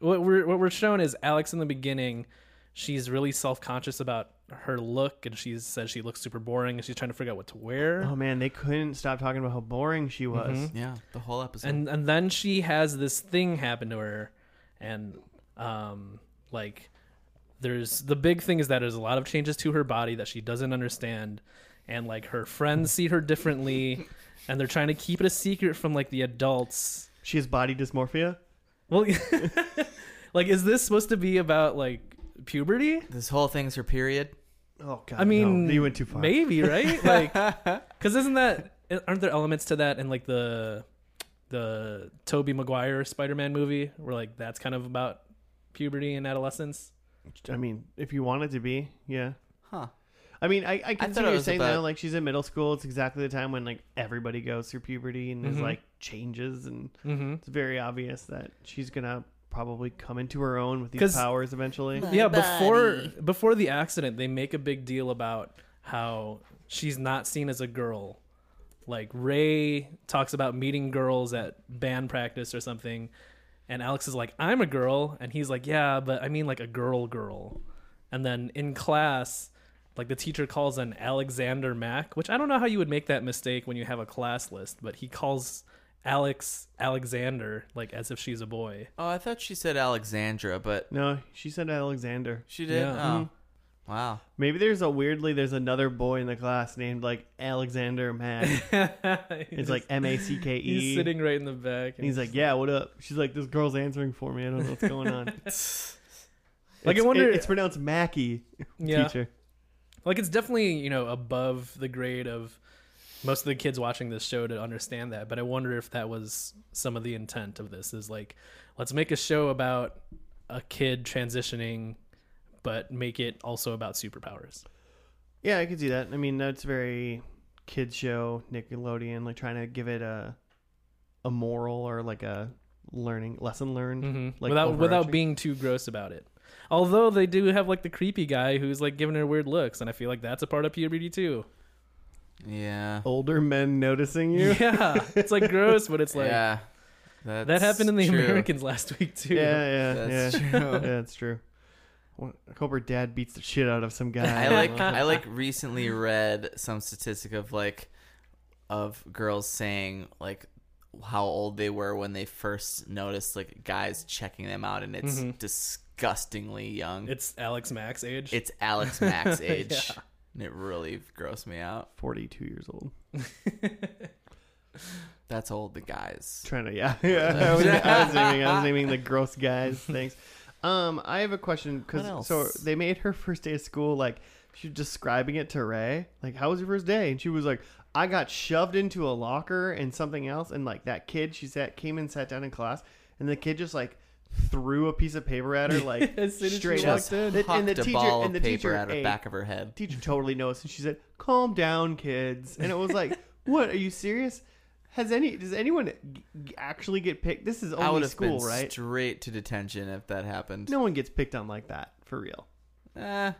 S2: What we're what we're shown is Alex in the beginning. She's really self conscious about her look, and she says she looks super boring, and she's trying to figure out what to wear.
S1: oh man they couldn't stop talking about how boring she was
S3: yeah, the whole episode.
S2: and and then she has this thing happen to her, and um like there's the big thing is that there's a lot of changes to her body that she doesn't understand, and like her friends see her differently, and they're trying to keep it a secret from like the adults.
S1: she has body dysmorphia
S2: Well, <laughs> like, is this supposed to be about like puberty?
S3: this whole thing's her period.
S1: Oh god!
S2: I mean,
S1: no. you went too far. <laughs>
S2: Maybe right? Like, because isn't that aren't there elements to that in like the the Toby Maguire Spider-Man movie where like that's kind of about puberty and adolescence?
S1: I mean, if you wanted to be, yeah.
S3: Huh.
S1: I mean, I, I
S3: thought it
S1: consider you're
S3: was
S1: saying
S3: about-
S1: that like she's in middle school. It's exactly the time when like everybody goes through puberty and
S3: Mm-hmm.
S1: there's
S2: Mhm.
S1: like changes, and
S2: Mm-hmm.
S1: it's very obvious that she's gonna probably come into her own with these
S2: 'Cause-
S1: powers eventually.
S3: My
S2: Yeah,
S3: body.
S2: before before the accident, they make a big deal about how she's not seen as a girl. Like Ray talks about meeting girls at band practice or something, and Alex is like, "I'm a girl," and he's like, "Yeah, but I mean like a girl, girl." And then in class, like the teacher calls an Alexander Mack, which I don't know how you would make that mistake when you have a class list, but he calls Alex Alexander, like as if she's a boy. <laughs>
S3: Oh, I thought she said Alexandra, but
S1: No, she said Alexander.
S3: she did.
S2: Yeah. Mm-hmm.
S3: Oh.
S2: <laughs>
S3: Wow.
S1: Maybe there's a weirdly there's another boy in the class named like Alexander
S2: <laughs>
S1: Mack. It's
S2: it's
S1: like M A C K E.
S2: he's sitting right in the back.
S1: And he's like, "Yeah, what up?" She's like, "This girl's answering for me. I don't know what's going
S2: <laughs>
S1: on."
S2: Like, I
S1: It's-
S2: wonder-
S1: it- it's pronounced Mackie,
S2: yeah,
S1: teacher.
S2: like it's definitely you know above the grade of most of the kids watching this show to understand that. But I wonder if that was some of the intent of this is like, let's make a show about a kid transitioning, but make it also about superpowers.
S1: Yeah, I could see that. I mean, that's very kid show Nickelodeon, like trying to give it a a moral or like a learning lesson learned, Mm-hmm.
S2: Mm-hmm.
S1: like
S2: without without
S1: overarching.
S2: being too gross about it. Although they do have like the creepy guy who's like giving her weird looks, and I feel like that's a part of puberty too. Oh,
S3: Yeah.
S1: older men noticing you.
S2: <laughs> Yeah, it's like gross, but it's like
S3: yeah. That's
S2: that happened in the
S3: true.
S2: Americans last week too.
S1: Yeah, yeah,
S3: <laughs> That's
S1: yeah.
S3: true.
S2: <laughs>
S1: yeah, it's true. Well, I hope her dad beats the shit out of some guy. Uh,
S3: I like I like recently read some statistic of like of girls saying like how old they were when they first noticed like guys checking them out and it's
S2: Mhm.
S3: disgustingly young. It's,
S2: It's Alex Max age.
S3: Alex
S2: <laughs>
S3: Max
S2: Yeah.
S3: age. And it really grossed me out.
S1: forty-two years old.
S3: That's old the guys.
S1: Trying to yeah <laughs> yeah. I was, I was naming I was naming the gross guys things. Um, I have a question
S3: What
S1: because so
S3: else?
S1: they made her first day of school like she was describing it to Ray like how was your first day and she was like I got shoved into a locker and something else and like that kid she sat came and sat down in class and the kid just like threw a piece of paper
S3: <laughs>
S1: at her like
S2: As soon as she
S1: straight up
S3: Just
S2: walked
S1: And-
S2: in.
S1: and
S3: hucked
S1: the
S3: a
S1: teacher-
S3: ball
S1: and the
S3: of paper
S1: teacher
S3: out of the
S1: ate.
S3: back of her head.
S1: teacher totally noticed and she said calm down kids and it was like what are you serious has any does anyone g- g- actually get picked this is
S3: I would
S1: only
S3: have
S1: school
S3: been
S1: right
S3: straight to detention if that happened.
S1: no one gets picked on like that for real
S3: Eh.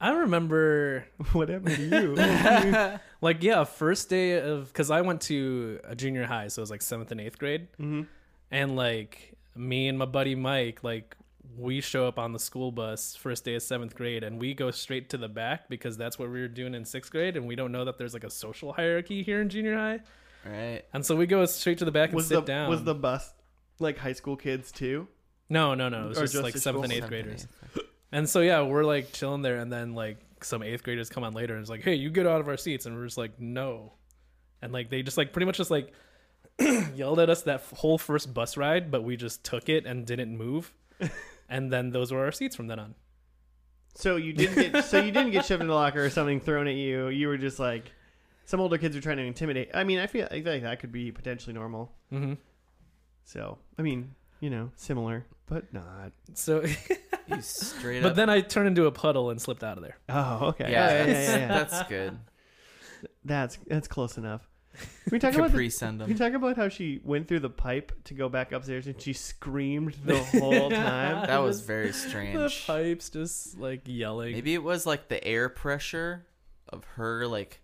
S2: I remember
S1: whatever to you
S2: like yeah, first day of because I went to a junior high, so it was like seventh and eighth grade,
S1: Mhm.
S2: and like me and my buddy Mike, like we show up on the school bus first day of seventh grade, and we go straight to the back because that's what we were doing in sixth grade, and we don't know that there's like a social hierarchy here in junior high,
S3: right.
S2: and so we go straight to the back and
S1: <laughs> was
S2: sit
S1: the
S2: down.
S1: was the bus like high school kids too
S2: no, no, no, it was
S1: or
S2: just,
S1: just
S2: like
S1: the school?
S2: seventh and eighth
S3: Seventh and
S2: graders.
S3: eighth.
S2: And so yeah, we're like chilling there, and then like some eighth graders come on later and it's like, "Hey, you get out of our seats," and we're just like, "No," and like they just like pretty much just like <clears throat> yelled at us that f- whole first bus ride, but we just took it and didn't move, and then those were our seats from then on.
S1: so you didn't get so you didn't get shoved in a locker or something thrown at you you were just like some older kids were trying to intimidate i mean i feel, I feel like that could be potentially normal
S2: Mm-hmm.
S1: so i mean you know similar but not
S2: So, <laughs>
S3: You straight
S2: but
S3: up.
S2: then I turned into a puddle and slipped out of there.
S1: oh okay
S3: yeah,
S1: yeah, yeah,
S3: that's,
S1: yeah, yeah.
S3: that's
S1: <laughs>
S3: good.
S1: That's that's close enough.
S3: <laughs>
S1: We talk about the,
S3: Capri send
S1: we <laughs>
S3: them.
S1: talk about how she went through the pipe to go back upstairs and she screamed
S3: <laughs>
S1: the whole time.
S3: That was very
S2: The
S3: strange.
S2: pipes just like yelling.
S3: Maybe it was like the air pressure of her like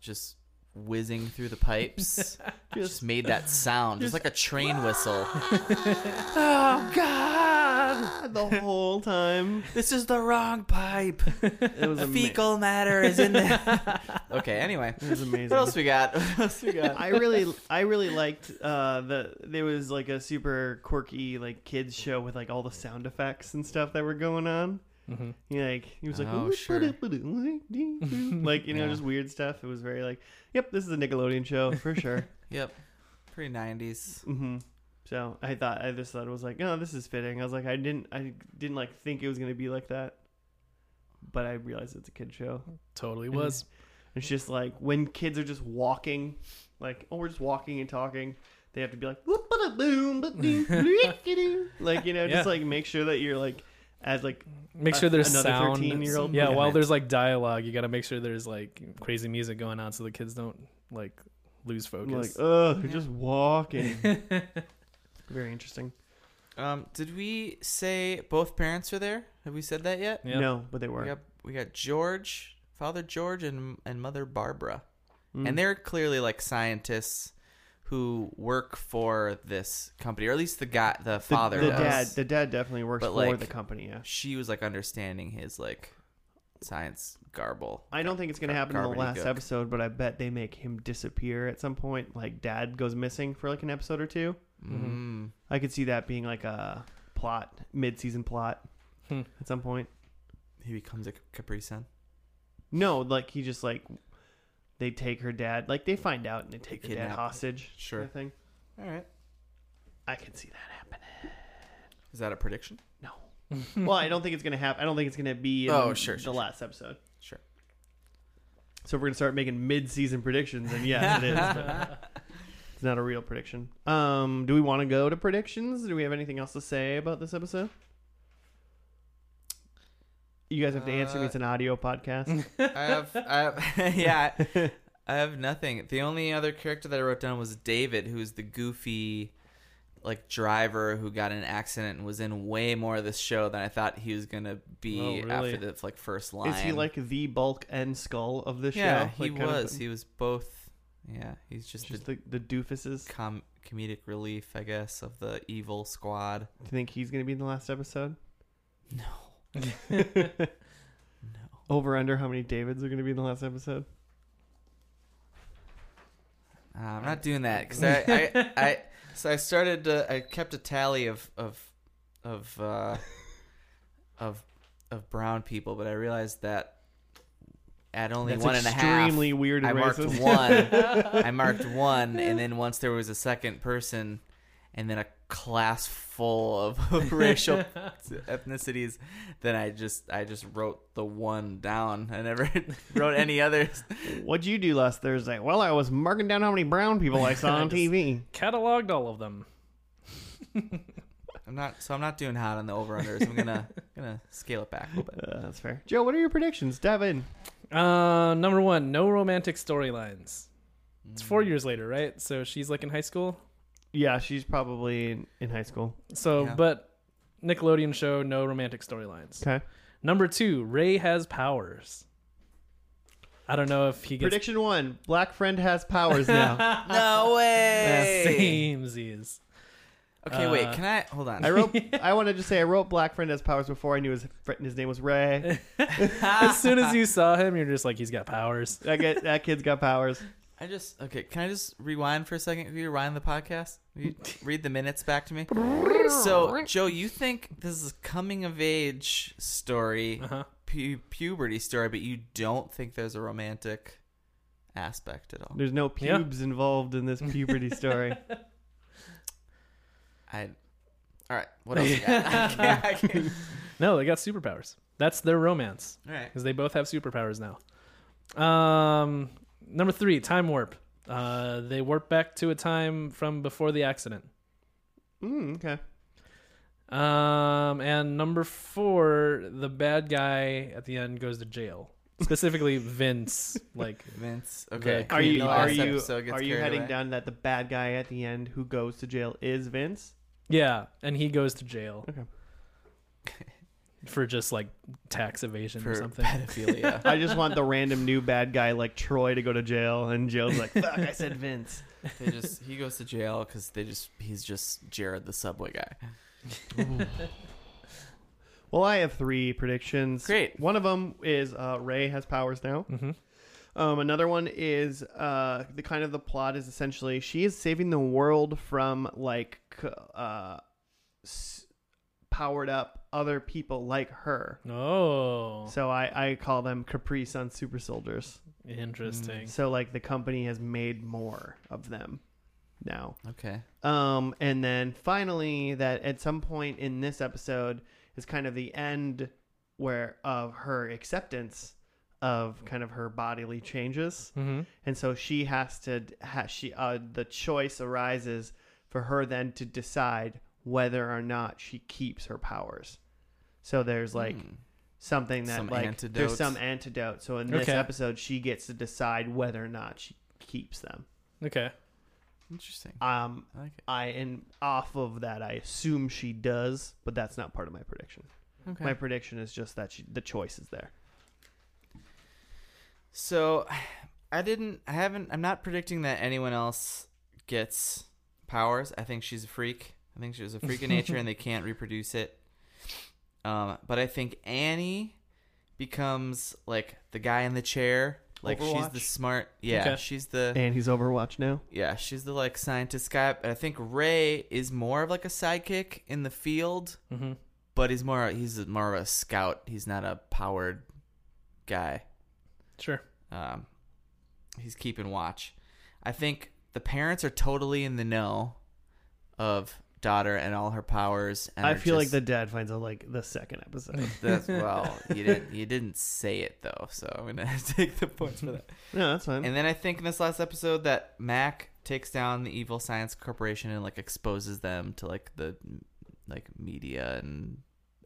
S3: just whizzing through the pipes. just
S1: <laughs> Just
S3: made that sound, just, like a train whistle.
S1: <laughs> oh god, <laughs> the whole
S3: <laughs>
S1: time.
S3: this is the wrong pipe.
S1: It was amazing.
S3: matter is in there. <laughs> okay. Anyway,
S1: It was amazing.
S3: <laughs> what else we got? What else we got?
S1: I really, I really liked uh, the. There was like a super quirky like kids show with like all the sound effects and stuff that were going on.
S2: Mhm.
S1: He like he was <laughs> like
S3: Oh,
S1: "Ooh,
S3: sure.
S1: ba-da-ba-da-ba-da-ba-da," like you know
S3: Yeah.
S1: just weird stuff. It was very like, yep, this is a Nickelodeon show
S3: <laughs>
S1: for sure.
S3: <laughs> Yep. Pretty nineties.
S1: hmm So I thought I just thought it was like, oh, this is fitting. I was like, I didn't, I didn't like think it was gonna be like that, but I realized it's a kid show.
S2: totally
S1: Mm-hmm.
S2: was.
S1: It's just like when kids are just walking, like oh, we're just walking and talking. They have to be like, "Whoop, bada, boom, ba,
S2: <laughs>
S1: doo, lickity-doo." like you know,
S2: Yeah.
S1: just like make sure that you're like, as like
S2: Make
S1: Uh,
S2: sure there's
S1: another
S2: sound.
S1: 13-year-old
S2: Yeah,
S1: movie.
S2: while there's like dialogue, you got to make sure there's like crazy music going on so the kids don't like lose
S1: like
S2: focus.
S1: oh, you're
S3: Yeah.
S1: just
S2: <laughs>
S1: walking. Very interesting.
S3: Um, did we say both parents are there? Have we said that yet?
S2: Yeah.
S1: No, but they
S3: We
S1: were.
S3: got we got George, Father George, and and Mother Barbara,
S1: Mm.
S3: and they're clearly like scientists who work for this company, or at least the guy, the
S1: The,
S3: father,
S1: the
S3: does.
S1: dad, the dad definitely works
S3: But,
S1: for
S3: like,
S1: the company. Yeah.
S3: She was like understanding his like science garble.
S1: I don't think it's going to
S3: Car-
S1: happen in the
S3: Carbony
S1: last
S3: Cook.
S1: episode, but I bet they make him disappear at some point. Like dad goes missing for like an episode or two.
S3: Mm.
S1: I could see that being like a plot, mid-season plot
S2: Hmm.
S1: at some point.
S3: He becomes a Capri Sun.
S1: No, like he just like they take her dad, like they find out and they take her dad
S3: kidnap-
S1: hostage.
S3: Sure.
S1: kind of thing.
S3: All right.
S1: I can see that happening.
S3: Is that a prediction?
S1: No. well, I don't think it's gonna happen. I don't think it's gonna be in
S3: Oh, sure,
S1: the
S3: sure,
S1: last episode.
S3: Sure.
S1: So if we're gonna start making mid-season predictions, and yeah, it is.
S3: <laughs>
S1: But it's not a real prediction. Um, do we want to go to predictions? Do we have anything else to say about this episode? You guys have to answer me.
S3: Uh,
S1: It's an audio
S3: <laughs>
S1: podcast.
S3: I have, I have <laughs> yeah, I- I have nothing. The only other character that I wrote down was David, who's the goofy, like driver who got in an accident and was in way more of this show than I thought he was gonna be
S1: Oh, really?
S3: after the like first line.
S1: Is he like the bulk and skull of the
S3: Yeah,
S1: show?
S3: he
S1: Like, kind of
S3: was. He was both. Yeah, he's just,
S1: just
S3: the
S1: the, the doofuses. Do
S3: com- comedic relief, I guess, of the evil squad.
S1: you think he's going to be in the last episode?
S3: No,
S1: <laughs> Over under how many Davids are going to be in the last episode?
S3: uh, I'm not doing that because I,
S1: <laughs>
S3: I, I, so I started. To, I kept a tally of of
S1: <laughs>
S3: of uh, of of brown people, but I realized that at only
S1: That's
S3: one and a half,
S1: extremely weird
S3: I
S1: and
S3: marked
S1: racist. <laughs>
S3: one. I marked one, and then once there was a second person, and then a class full
S1: <laughs>
S3: of <laughs> racial ethnicities, then I just I just wrote the one down. I never <laughs> wrote any others.
S1: What'd you do last Thursday? Well, I was marking down how many brown people I saw on
S3: <laughs>
S2: Just-
S1: TV.
S2: Cataloged all of them.
S3: I'm not so I'm not doing hot on the over unders.
S1: <laughs>
S3: I'm gonna gonna scale it back a little bit.
S1: Uh, that's fair. Joe, what are your predictions? Dive in.
S2: Uh, number one, no romantic storylines. It's four years later, right? So she's like in high school.
S1: Yeah, she's probably in, in high school.
S2: So,
S3: Yeah.
S2: but Nickelodeon show, no romantic storylines.
S1: Okay.
S2: Number two, Ray has powers. I don't know if he gets <laughs>
S1: Prediction one: Black friend has powers now.
S3: <laughs> No way.
S2: samesies.
S3: Okay, wait.
S2: Uh,
S3: Can I hold on?
S1: I wrote. I want to just say I wrote Black friend has powers before I knew his fr- his name was Ray.
S2: As soon as you saw him, you're just like, he's got powers.
S1: That get that kid's got powers.
S3: I just okay. Can I just rewind for a second? Can you rewind the podcast? Can you read the minutes back to me. So, Joe, you think this is a coming of age story,
S2: Uh-huh.
S3: pu- puberty story, but you don't think there's a romantic aspect at all.
S1: There's no
S2: Yeah.
S1: pubes involved in this puberty story.
S3: I. All right. What else? You got? <laughs>
S1: <laughs>
S3: I can't- I can't-
S2: No, they got superpowers. That's their romance
S3: All right.
S2: because they both have superpowers now. Um, number three, time warp. Uh, they warp back to a time from before the accident.
S1: Mm, okay.
S2: Um, and number four, the bad guy at the end goes to jail. Specifically, Vince. Like,
S3: Vince. Okay.
S2: The
S1: Are
S2: Creepy
S1: you
S2: last
S1: are you
S3: episode gets
S1: are you
S3: carried
S1: heading
S3: away.
S1: down that the bad guy at the end who goes to jail is Vince?
S2: yeah, and he goes to jail
S1: Okay.
S2: for just like tax evasion
S3: for
S2: or something.
S3: pedophilia?
S1: <laughs> I just want the random new bad guy like Troy to go to jail, and jail's like, "Fuck, I said Vince."
S3: they just he goes to jail because they just he's just Jared the subway guy.
S1: Well, I have three predictions.
S3: Great.
S1: One of them is uh, Ray has powers now.
S2: Mhm.
S1: Um, another one is uh, the kind of the plot is essentially she is saving the world from like c- uh, s- powered up other people like her.
S2: Oh,
S1: So I, I call them Capri Sun super soldiers.
S2: interesting.
S1: So like the company has made more of them now.
S3: Okay.
S1: Um, and then finally, that at some point in this episode is kind of the end where of her acceptance of kind of her bodily changes,
S2: Mm-hmm.
S1: and so she has to ha, she uh, the choice arises for her then to decide whether or not she keeps her powers. So there's like
S3: Hmm.
S1: something that
S3: Some
S1: like
S3: antidotes.
S1: there's some antidote. So in this
S2: Okay.
S1: episode, she gets to decide whether or not she keeps them.
S2: Okay.
S3: interesting.
S1: Um,
S3: I like it.
S1: I and off of that, I assume she does, but that's not part of my prediction.
S3: Okay.
S1: My prediction is just that she, the choice is there.
S3: So I didn't I haven't I'm not predicting that anyone else gets powers. I think she's a freak. I think she was a <laughs> freak in nature and they can't reproduce it. Um, but I think Annie becomes like the guy in the chair. Like she's
S1: Overwatch?
S3: the smart. Yeah,
S2: Okay.
S3: she's the
S1: and he's Overwatch now.
S3: yeah she's the like scientist guy. But I think Ray is more of like a sidekick in the field,
S2: Mhm.
S3: but he's more he's more of a scout. He's not a powered guy.
S2: Sure.
S3: Um, he's keeping watch. I think the parents are totally in the know of daughter and all her powers. And
S1: I
S3: are
S1: feel like
S3: just-
S1: the dad finds out like the second
S3: <laughs>
S1: episode. <laughs>
S3: That's well, you didn't you didn't say it though, so I'm gonna <laughs> take the points for that.
S1: no, that's fine.
S3: And then I think in this last episode that Mac takes down the evil science corporation and like exposes them to like the like media and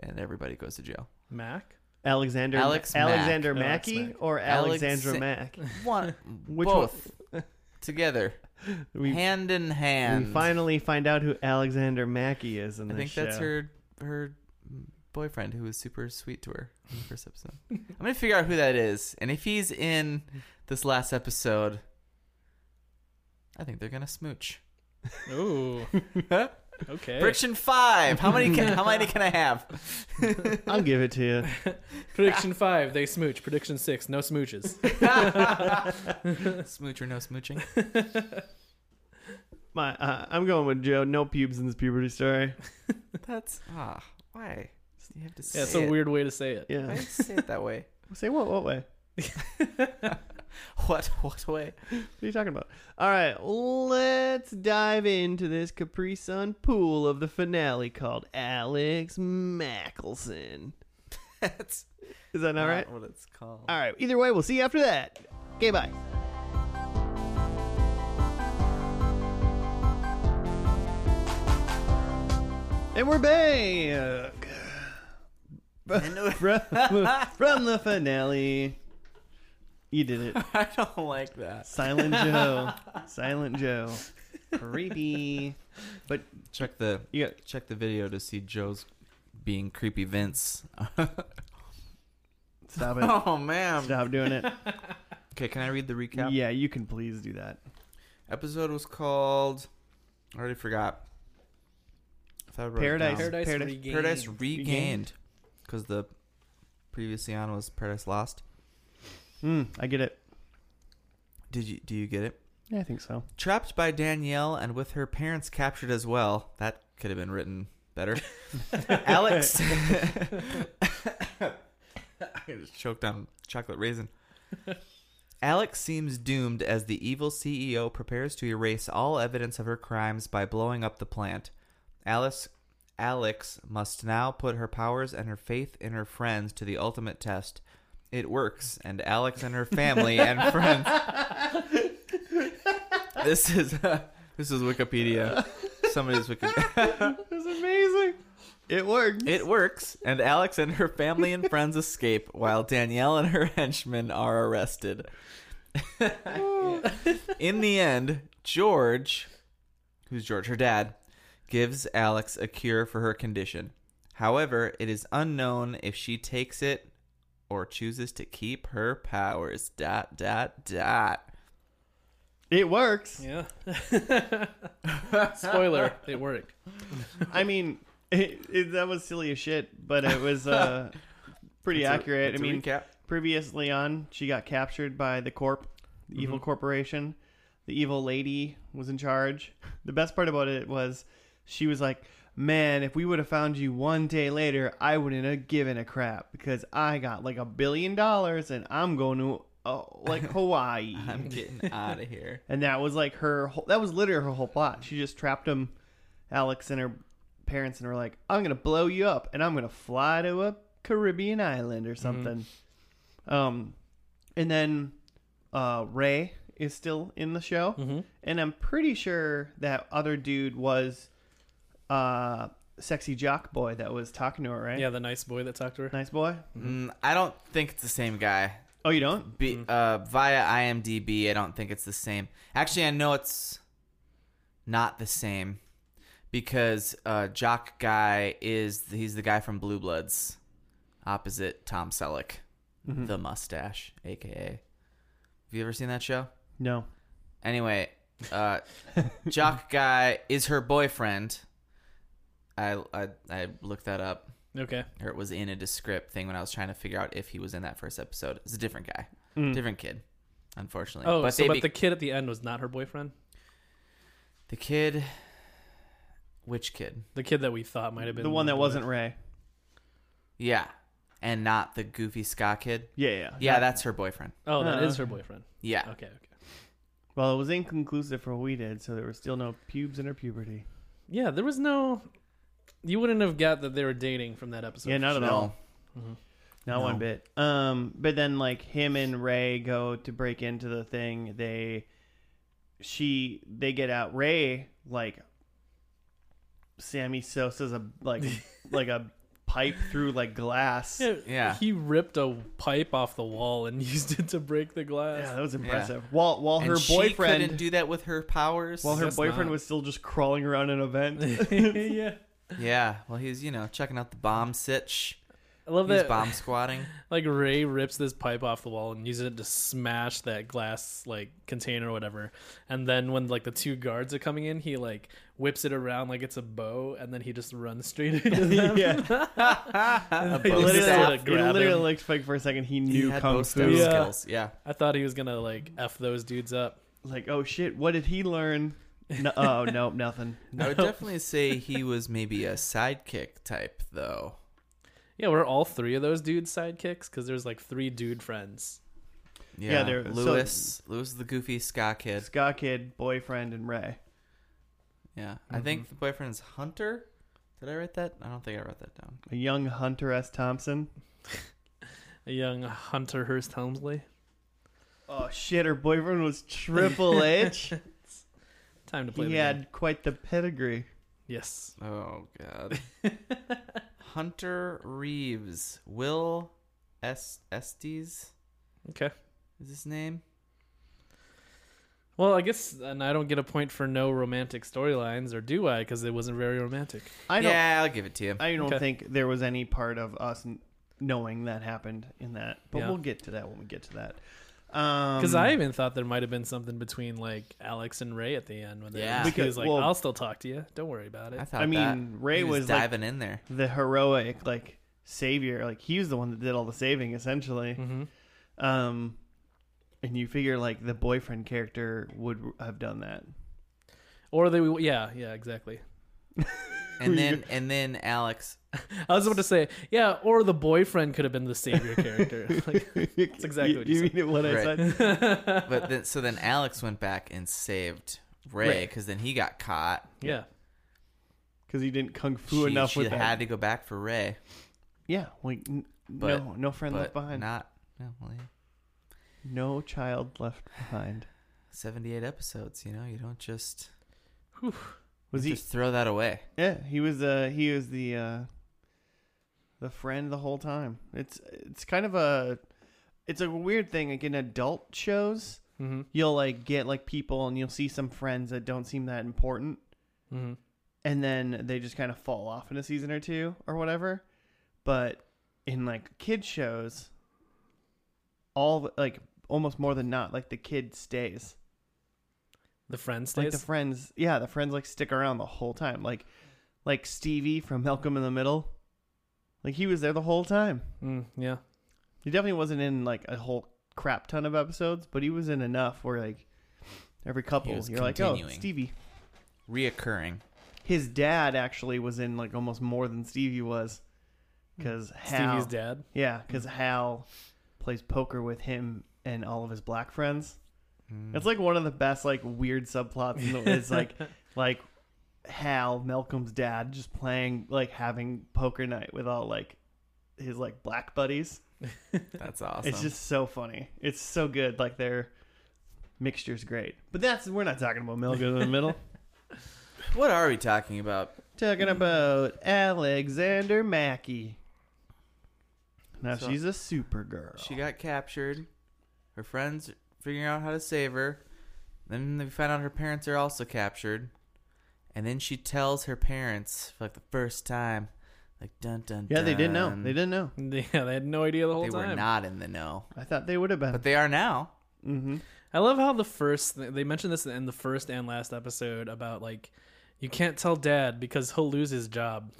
S3: and everybody goes to jail.
S2: Mac.
S1: Alexander
S3: Alex Mack.
S1: Alexander
S2: Alex
S1: Mackey
S2: Mack.
S1: or
S3: Alex-
S1: Alexandra
S3: <laughs>
S1: Mack.
S3: One,
S1: Which
S3: both <laughs> together,
S1: We,
S3: hand in
S1: we
S3: hand.
S1: finally find out who Alexander Mackey is in
S3: I
S1: this
S3: think that's
S1: show.
S3: her her boyfriend who was super sweet to her in the first episode. <laughs> I'm gonna figure out who that is, and if he's in this last episode, I think they're
S1: <laughs>
S3: gonna smooch. <laughs>
S2: Ooh. okay.
S3: Friction five. How many? Can,
S1: <laughs>
S3: how many can I have?
S1: I'll give it to you.
S3: <laughs>
S2: <laughs> Prediction five, they smooch. Prediction six, no smooches.
S3: Smooch or no smooching?
S1: My, uh, I'm going with Joe. No pubes in this puberty story.
S3: That's ah. Why? You have to say
S2: Yeah, it's
S3: it.
S2: a weird way to say it.
S3: Why
S1: Yeah.
S3: do you say it that way?
S1: Say what? What way?
S3: <laughs> What? What way?
S1: What are you talking about? All right, let's dive into this Capri Sun pool of the finale called Alex Mackelson.
S3: That's
S1: Is that not
S3: not
S1: right? Ah.
S3: What it's called.
S1: All right. Either way, we'll see you after that. Okay, bye. And we're back from, <laughs> from the finale. You did it.
S3: <laughs> I don't like that.
S1: Silent Joe. Silent Joe. Creepy. But
S3: Check the
S1: you got
S3: check the video to see Joe's being creepy Vince. <laughs>
S1: stop it.
S3: oh man.
S1: Stop doing it.
S3: Okay, can I read the recap?
S1: Yeah, you can please do that.
S3: Episode was called. I already forgot. I thought I wrote it
S1: Paradise.
S3: down.
S2: Paradise,
S1: Paradise-
S2: Regained.
S3: Paradise
S1: Regained.
S3: regained because the previously on was Paradise Lost.
S1: Mm, I get it.
S3: Did you do you get it?
S1: Yeah, I think so.
S3: Trapped by Danielle and with her parents captured as well. That could have been written better. Alex. <coughs> I just choked on chocolate raisin. Alex seems doomed as the evil CEO prepares to erase all evidence of her crimes by blowing up the plant. Alice Alex must now put her powers and her faith in her friends to the ultimate test. It works, and Alex and her family and friends. this is <laughs> this is Wikipedia. Somebody's Wikipedia.
S1: <laughs> It's amazing. It worked.
S3: It works, and Alex and her family and friends escape while Danielle and her henchmen
S1: <laughs>
S3: are arrested. In the end, George, who's George, her dad, gives Alex a cure for her condition. However, it is unknown if she takes it or chooses to keep her powers. Dot, dot, dot.
S1: It works.
S2: Yeah. <laughs> Spoiler, it worked.
S1: I mean, <laughs> it, it, that was silly as shit, but it was uh, pretty
S3: That's a-
S1: accurate. I
S3: that's a
S1: mean,
S3: recap.
S1: previously on, she got captured by the corp, the evil corporation. The evil lady was in charge. The best part about it was she was like, "Man, if we would have found you one day later, I wouldn't have given a crap because I got like a billion dollars and I'm going to uh, like Hawaii."
S3: I'm getting out of here.
S1: And that was like her whole, that was literally her whole plot. She just trapped him, Alex and her parents, and were like, I'm going to blow you up and I'm going to fly to a Caribbean island
S2: Mm-hmm.
S1: or something. Um, and then uh, Ray is still in the show.
S2: Mm-hmm.
S1: And I'm pretty sure that other dude was uh, Sexy Jock Boy that was talking to her, right?
S2: Yeah, the nice boy that talked to her.
S1: Nice boy.
S3: Mm, I don't think it's the same guy.
S1: Oh, you don't?
S3: Be, uh, via IMDb, I don't think it's the same. Actually, I know it's not the same because uh, Jock Guy is he's the guy from Blue Bloods, opposite Tom Selleck,
S1: Mm. Mm-hmm.
S3: the mustache, aka. Have you ever seen that show?
S1: No.
S3: Anyway, uh, Jock Guy is her boyfriend. I, I I looked that up.
S2: Okay.
S3: or it was in a descript thing when I was trying to figure out if he was in that first episode. It's a different guy,
S1: Mm.
S3: different kid, unfortunately.
S2: Hmm. Oh, so
S3: they
S2: but
S3: be-
S2: the kid at the end was not her boyfriend.
S3: the kid, which kid?
S2: The kid that we thought might have been
S1: the one
S2: her
S1: that wasn't Ray.
S3: Yeah, and not the goofy ska kid.
S1: Yeah, yeah,
S3: Yeah, that's her boyfriend.
S2: boyfriend. Oh, that
S1: Uh,
S2: is her boyfriend.
S3: Yeah,
S2: Okay. Okay.
S1: Well, it was inconclusive for what we did, so there was still no pubes in her puberty.
S2: Yeah, there was no. You wouldn't have got that they were dating from that episode.
S1: Yeah, not at
S3: No.
S1: all. Not
S3: No.
S1: one bit. Um, but then like him and Ray go to break into the thing. They, she, they get out. Ray like, Sammy Sosa's a
S3: <laughs>
S1: like like a pipe through like glass. Yeah,
S2: Yeah,
S3: Yeah.
S2: He ripped a pipe off the wall and <laughs> used it to break the glass. <laughs>
S1: that was impressive. While while
S3: And
S1: her
S3: she couldn't
S1: boyfriend
S3: do that with her powers.
S1: while her
S2: Guess
S1: boyfriend
S2: not.
S1: was still just crawling around an
S3: <laughs>
S1: event. <laughs>
S2: yeah.
S3: yeah, well, he's you know checking out the bomb sitch.
S2: I love
S3: He's
S2: that.
S3: bomb squatting.
S1: <laughs>
S2: Like Ray rips this pipe off the wall and uses it to smash that glass like container or whatever. And then when like the two guards are coming in, he like whips it around like it's a bow, and then he just runs straight <laughs> into them.
S1: yeah.
S3: a
S2: He
S1: It
S3: bow
S2: literally
S3: staff.
S2: like
S1: literally, it
S2: grab
S1: literally
S2: him.
S1: looked like for a second he
S3: He
S1: knew
S3: had
S1: kung
S3: bow
S1: fu.
S3: staff
S2: Yeah.
S3: skills. Yeah.
S2: I thought he was gonna like f those dudes up.
S1: Like, oh shit, what did he learn?
S2: <laughs>
S1: No, oh no, nothing.
S3: I would definitely say he was maybe a sidekick type, though.
S2: Yeah, were all three of those dudes sidekicks? Because there's like three dude friends.
S3: Yeah,
S1: they're- so-
S3: Lewis, Lewis the goofy ska kid.
S1: Ska kid, boyfriend, and Ray.
S3: Yeah,
S1: Mm-hmm.
S3: I think the boyfriend's Hunter. Did I write that? I don't think I wrote that down.
S1: A young Hunter S. Thompson.
S2: A young Hunter Hurst Helmsley.
S1: Oh shit, her boyfriend was
S2: <laughs>
S1: Triple H.
S2: Time to play.
S1: he
S2: the game.
S1: had quite the pedigree.
S2: yes.
S3: Oh God.
S1: <laughs>
S3: Hunter Reeves, Will S. Estes
S2: Okay.
S3: is his name.
S2: Well, I guess and I don't get a point for no romantic storylines, or do I? Because it wasn't very romantic.
S1: I don't.
S3: yeah, I'll give it to you.
S1: I don't
S2: Okay.
S1: think there was any part of us n- knowing that happened in that, but
S2: Yeah.
S1: we'll get to that when we get to that. Um, Because
S2: Because
S3: Um,
S2: I even thought there might have been something between like Alex and Ray at the end when they
S3: Yeah.
S2: he
S1: Because-
S2: was like,
S1: well-
S2: "I'll still talk to you. Don't worry about it."
S3: I thought.
S1: I mean,
S3: that.
S1: Ray
S3: He
S1: was, like-
S3: diving in
S1: <laughs>
S3: there.
S1: the heroic like savior, like he was the one that did all the saving essentially.
S2: Mhm.
S1: Um, and you figure like the boyfriend character would have done that.
S2: Or they, yeah, yeah, exactly.
S3: And
S1: <laughs>
S3: then and then Alex.
S2: I was about to say, yeah, or the boyfriend could have been the
S3: <laughs>
S2: savior character. <laughs> Like,
S1: <laughs> That's
S2: exactly what you said.
S1: mean what I
S3: Right.
S1: said. <laughs>
S3: But then so then Alex went back and saved Ray
S1: Ray.
S3: because then he got caught.
S2: yeah,
S1: Because he didn't kung fu
S3: she,
S1: enough
S3: she
S1: with
S3: had
S1: that.
S3: to go back for Ray,
S1: Yeah, like n-
S3: But-
S1: no, no friend left
S3: but
S1: behind.
S3: not. yeah, well, yeah.
S1: no child left behind.
S3: 78 episodes, you know, you don't just
S1: Was he?
S3: just throw that away.
S1: Yeah, he was. Uh, he was the uh, the friend the whole time. It's it's kind of a it's a weird thing. Like in adult shows,
S2: hmm
S1: you'll like get like people and you'll see some friends that don't seem that important.
S2: hmm
S1: and then they just kind of fall off in a season or two or whatever. But in like kid shows, all like almost more than not, like the kid stays.
S2: the friend
S1: Like
S2: stays.
S1: the friends, yeah, the friends like stick around the whole time. Like like Stevie from Malcolm in the Middle, like he was there the whole time.
S2: mm, yeah,
S1: He definitely wasn't in like a whole crap ton of episodes, but he was in enough where like every couple
S3: was
S1: you're like, oh,
S3: continuing.
S1: Stevie.
S3: Reoccurring.
S1: His dad actually was in like almost more than Stevie was, because Hal,
S2: Stevie's
S3: <laughs>
S2: dad.
S1: yeah, because Hal plays poker with him and all of his black friends.
S3: Mm.
S1: It's like one of the best like weird subplots. In
S2: <laughs>
S1: the, it's like like Hal Malcolm's dad just playing like having poker night with all like his like black buddies.
S3: That's awesome.
S1: It's just so funny. It's so good. Like their mixture's great. But that's we're not talking about Milk in the middle.
S3: what are we talking about?
S1: Talking
S3: Mm-hmm.
S1: about Alexander Mackey. Now
S3: So-
S1: she's a supergirl.
S3: She got captured. Her friends figuring out how to save her. Then they find out her parents are also captured. And then she tells her parents for like the first time, like dun dun.
S1: yeah, they didn't know.
S3: dun.
S1: They didn't know.
S2: Yeah, they had no idea the whole
S3: They
S2: time.
S3: were not in the know,
S1: I thought they would have been.
S3: but they
S1: <laughs>
S3: are now.
S1: hmm
S2: I love how the first they mentioned this in the first and last episode about like you can't tell dad because he'll lose his job.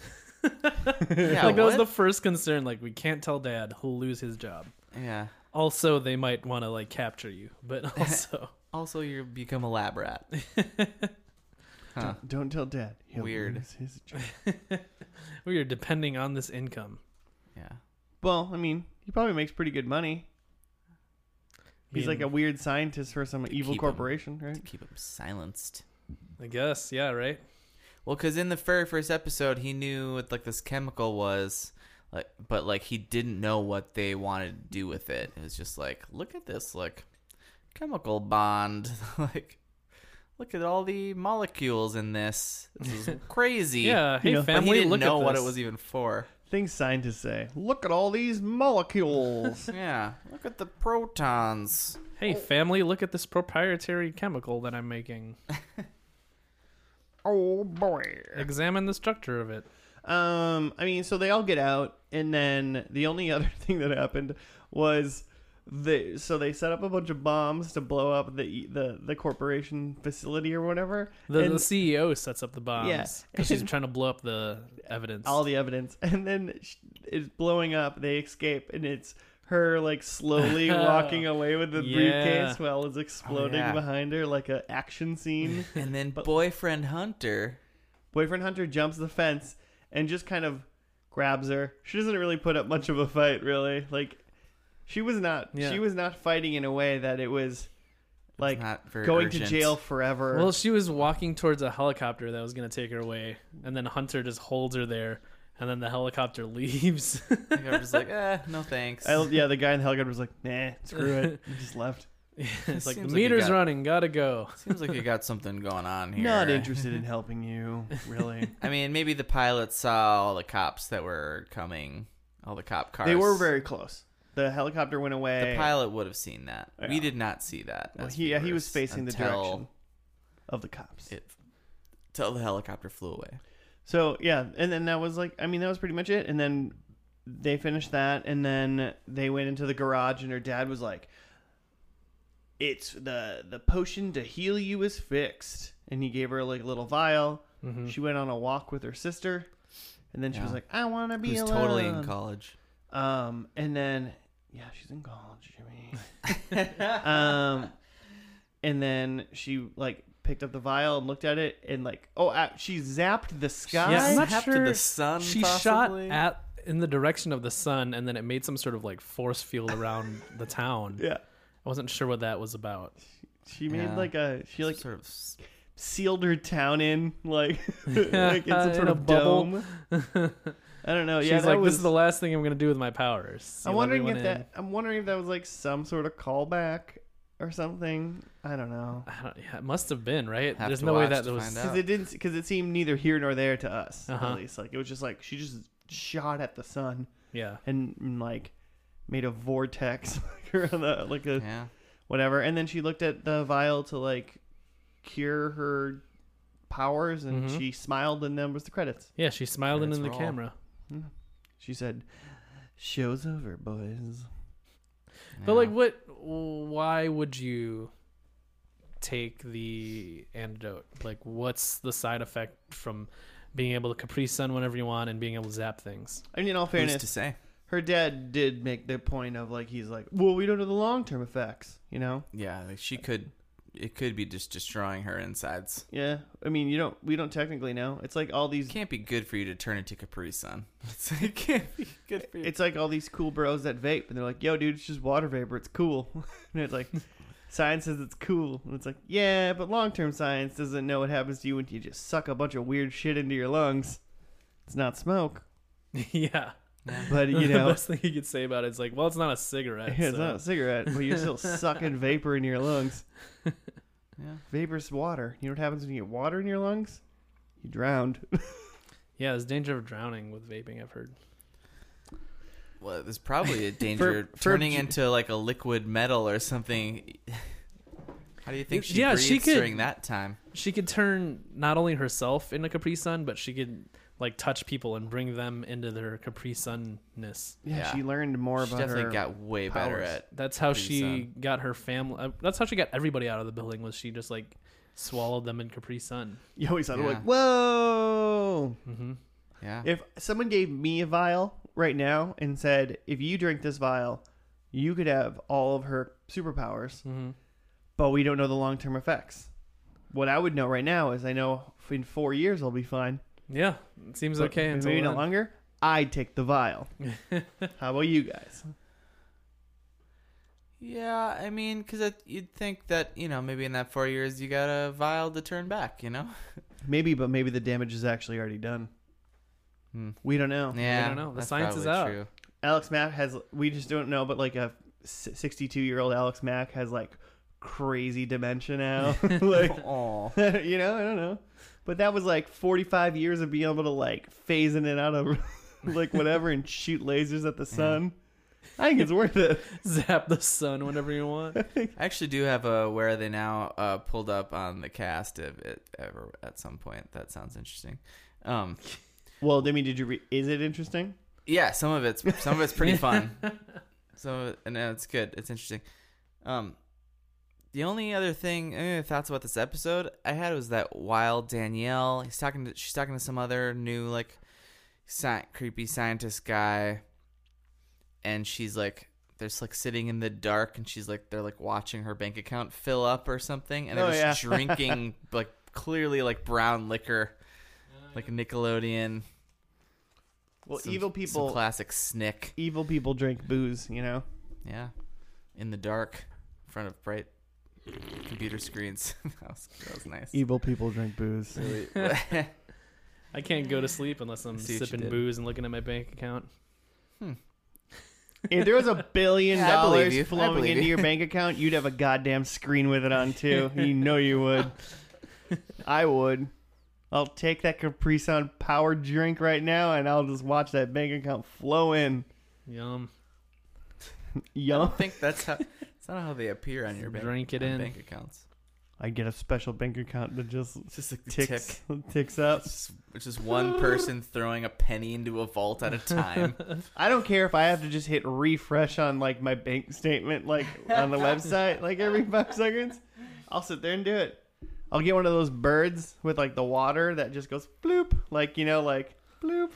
S3: Yeah,
S2: like that was the
S3: what?
S2: first concern. Like we can't tell Dad; he'll lose his job.
S3: yeah.
S2: Also, they might want to like capture you,
S3: <laughs>
S2: but also <laughs>
S3: Also, you become a
S1: <laughs>
S3: lab rat. Huh.
S1: Don't, don't tell dad. He'll
S3: Weird.
S1: lose his job.
S2: we are depending on this income.
S3: Yeah.
S1: Well, I mean, he probably makes pretty good money. He's
S2: Being-
S1: like a weird scientist for some evil
S3: keep him.
S1: corporation, right?
S3: To keep him silenced.
S2: I guess, yeah, right.
S3: Well, because in the very first episode, he knew what like this chemical was, like, but like he didn't know what they wanted to do with it. It was just like, look at this like chemical bond, <laughs> like look at all the molecules in this.
S2: <laughs>
S3: This is crazy.
S2: Yeah, hey
S1: know, but
S3: but he
S2: family,
S3: didn't
S2: look
S3: know
S2: at
S3: what
S2: this.
S3: it was e- even
S2: <laughs>
S3: for.
S1: Things scientists say. Look at all these
S3: <laughs>
S1: molecules.
S3: Yeah, look at the protons.
S2: Hey family, look at this proprietary chemical that I'm making.
S1: oh boy.
S2: Examine the structure of it.
S1: Um, I mean, so they all get out, and then the only <laughs> other thing that happened was the so they set up a bunch of bombs to blow up the e, the the corporation facility or whatever.
S2: The,
S1: and
S2: the CEO sets up the bombs
S1: Yeah,
S2: because
S3: <laughs>
S2: she's trying to blow up the evidence.
S1: all the evidence, <laughs> and then sh- it's blowing up. They escape, and it's her like slowly walking away with the
S2: Yeah.
S1: briefcase while it's exploding
S3: yeah.
S1: behind her, like a action scene.
S3: And then boyfriend Hunter.
S1: Boyfriend Hunter jumps the fence and just kind of grabs her. She doesn't really put up much of a fight, really. Like she was not
S2: Yeah.
S1: she was not fighting in a way that it was like
S3: not very
S1: going to
S3: urgent. <laughs>
S1: jail forever.
S2: Well, she was walking towards a helicopter that was going to take her away, and then Hunter just holds her there, and then the helicopter <laughs> leaves.
S3: Like, I was just like, eh, no thanks.
S1: I, yeah, the guy in the helicopter was like, "Nah, screw
S3: <laughs>
S1: it," and just left.
S2: it's like the
S3: Seems like you
S2: meter's
S3: got-
S2: running, gotta go.
S3: Seems like you got something going on
S1: <laughs>
S3: here.
S1: Not interested in helping you,
S3: <laughs>
S1: really.
S3: I mean, maybe the pilot saw all the cops that were coming, all the cop cars.
S1: they were very close. The helicopter went away.
S3: The pilot would have seen that.
S1: Yeah.
S3: We did not see that.
S1: Well,
S3: as
S1: he, yeah, he
S3: viewers
S1: was facing the
S3: until
S1: direction of the cops.
S3: It, until the helicopter flew away.
S1: So yeah, and then that was like I mean that was pretty much it. And then they finished that, and then they went into the garage, and her dad was like, "It's the the potion to heal you is fixed," and he gave her like a little vial. She went on a walk with her sister, and then she was
S3: Mm-hmm. Yeah.
S1: like, "I want to be
S3: He was
S1: alone."
S3: totally in college.
S1: Um, and then yeah, she's in college, Jimmy.
S3: <laughs>
S1: <laughs> um, and then she like picked up the vial and looked at it, and like, oh, uh, she zapped the sky.
S2: Yeah, I'm not
S3: Zapped to
S2: sure.
S3: the sun,
S2: she
S3: possibly?
S2: shot at in the direction of the sun, and then it made some sort of like force field around the town.
S1: Yeah.
S2: I wasn't sure what that was about.
S1: She made
S3: Yeah.
S1: like a she like
S3: sort of s-
S1: sealed her town in
S2: <laughs>
S1: like <laughs> like in some
S2: In
S1: sort
S2: a
S1: of
S2: bubble.
S1: dome. I don't know.
S2: She's
S1: yeah, that
S2: like,
S1: was.
S2: "This is the last thing I'm gonna do with my powers."
S1: I'm
S2: Seal
S1: wondering if
S2: everyone in.
S1: that I'm wondering if that was like some sort of callback or something. I don't know
S2: I don't, yeah, it must have been right.
S3: Have
S2: There's
S3: to
S2: no way
S3: watch
S2: that
S3: to
S2: there was.
S3: find
S1: because
S3: out.
S1: it didn't because it seemed neither here nor there to us
S2: Uh-huh.
S1: at least. Like it was just like she just shot at the sun
S2: Yeah,
S1: and, and, like made a vortex <laughs> like around the like a
S3: yeah.
S1: whatever. And then she looked at the vial to like cure her powers, and
S2: Mhm.
S1: she smiled, and then was the credits.
S2: yeah. She smiled in
S3: Credits
S2: the
S3: roll.
S2: camera.
S1: She said, "Show's over, boys."
S2: But
S3: yeah.
S2: like, what? Why would you take the antidote? Like, what's the side effect from being able to Capri Sun whenever you want and being able to zap things? <laughs>
S1: I mean, in all
S3: who's
S1: fairness,
S3: to say?
S1: her dad did make the point of like he's like, "Well, we don't know the long term effects," you know.
S3: Yeah, like she could. It could be just destroying her insides.
S1: Yeah, I mean, you don't. We don't technically know. It's like all
S3: It
S1: these.
S3: can't be good for you to turn into Capri Sun. <laughs> It's like, it can't be good for you.
S1: It's like all these cool bros that vape, and they're like, "Yo, dude, it's just water vapor. It's cool." <laughs> and it's like, science says it's cool, and it's like, yeah, but long term science doesn't know what happens to you when you just suck a bunch of weird shit into your lungs. It's not smoke,
S2: yeah,
S1: but you
S2: <laughs> the
S1: know,
S2: best thing you could say about it is like, well, it's not a cigarette.
S1: Yeah, <laughs> it's
S2: so-
S1: not a cigarette, but you're still sucking vapor in your lungs.
S3: Yeah.
S1: Vapor's water. You know what happens when you get water in your lungs? You drowned. <laughs>
S2: yeah, there's danger of drowning with vaping. I've heard.
S3: Well, there's probably a danger of turning
S1: for-
S3: into like a liquid metal or something. How do you think she
S2: Yeah,
S3: breathes
S2: she could-
S3: during that time?
S2: She could turn not only herself into Capri Sun, but she could like touch people and bring them into their Capri Sunness.
S1: Yeah,
S3: Yeah.
S1: she learned more
S3: She
S1: about
S3: definitely
S1: her. <laughs>
S3: got way better
S1: powers.
S3: at.
S2: That's how
S3: Capri
S2: she
S3: Sun.
S2: got her family. Uh, that's how she got everybody out of the building. Was she just like swallowed them in Capri Sun?
S1: you always sounded
S3: Yeah.
S1: like, whoa.
S2: Mm-hmm.
S3: Yeah.
S1: If someone gave me a vial right now and said, if you drink this vial, you could have all of her superpowers,
S3: mm-hmm.
S1: but we don't know the long term effects. What I would know right now is I know in four years I'll be fine.
S2: Yeah, it seems
S1: but
S2: okay until
S1: maybe
S2: then.
S1: not
S2: <laughs>
S1: longer. I'd take the vial. How about you guys?
S3: Yeah, I mean, because you'd think that you know maybe in that four years you got a vial to turn back, you know.
S1: Maybe, but maybe the damage is actually already done.
S3: Hmm.
S1: We Oh, don't know.
S3: Yeah,
S2: don't know. The
S3: that's
S2: science is
S3: probably
S2: out.
S3: True.
S1: Alex Mack has. We just don't know, but like a sixty-two-year-old Alex Mack has like crazy dementia <laughs> now. like,
S3: Aw.
S1: you know, I don't know. But that was like forty-five years of being able to like phase in and out of <laughs> like whatever and shoot lasers at the sun. I think it's worth it.
S2: Zap the sun whenever you
S3: <laughs>
S2: want.
S3: <laughs> I actually do have a where are they now uh, pulled up on the cast of it ever at some point. That sounds interesting. Um,
S1: Well, I mean, did you? Re- is it interesting?
S3: yeah, some of it's some of it's
S1: <laughs>
S3: pretty fun. Some of it, and uh, it's good. It's interesting. Um, the only other thing eh, thoughts about this episode I had was that while Danielle he's talking to she's talking to some other new like sci- creepy scientist guy, and she's like. They're just like sitting in the dark, and she's like, they're like watching her bank account fill up or something, and they're
S1: Oh,
S3: just
S1: yeah. <laughs>
S3: drinking like clearly like brown liquor, like Nickelodeon.
S1: Well,
S3: some-
S1: evil
S3: some
S1: people.
S3: classic Snick.
S1: evil people drink booze. You know.
S3: Yeah. In the dark, in front of bright computer screens. <laughs> that, was, that was nice.
S2: E-
S1: Evil people drink booze.
S2: <laughs>
S3: Really-
S2: I can't go to sleep unless I'm
S3: See what you
S2: sipping
S3: did.
S2: booze and looking at my bank account.
S1: If there was a billion
S3: Yeah, I believe
S1: dollars
S3: you. I
S1: flowing
S3: believe
S1: into
S3: you.
S1: your bank account, you'd have a goddamn screen with it on
S3: <laughs>
S1: too. You know you would. I would. I'll take that Capri Sun power drink right now, and I'll just watch that bank account flow in.
S2: Yum.
S3: I
S1: Yum.
S3: don't think that's how. It's not how they appear on your bank,
S2: Drink it
S3: on
S2: in.
S3: bank accounts.
S1: I get a special bank account that just
S3: It's just like the tick.
S1: ticks ticks up.
S3: It's just, it's just one person throwing a penny into a vault at
S2: <laughs>
S3: a time. <laughs>
S1: I don't care if I have to just hit refresh on like my bank statement, like on the website, like every five seconds. I'll sit there and do it. I'll get one of those birds with like the water that just goes bloop, like you know, like bloop.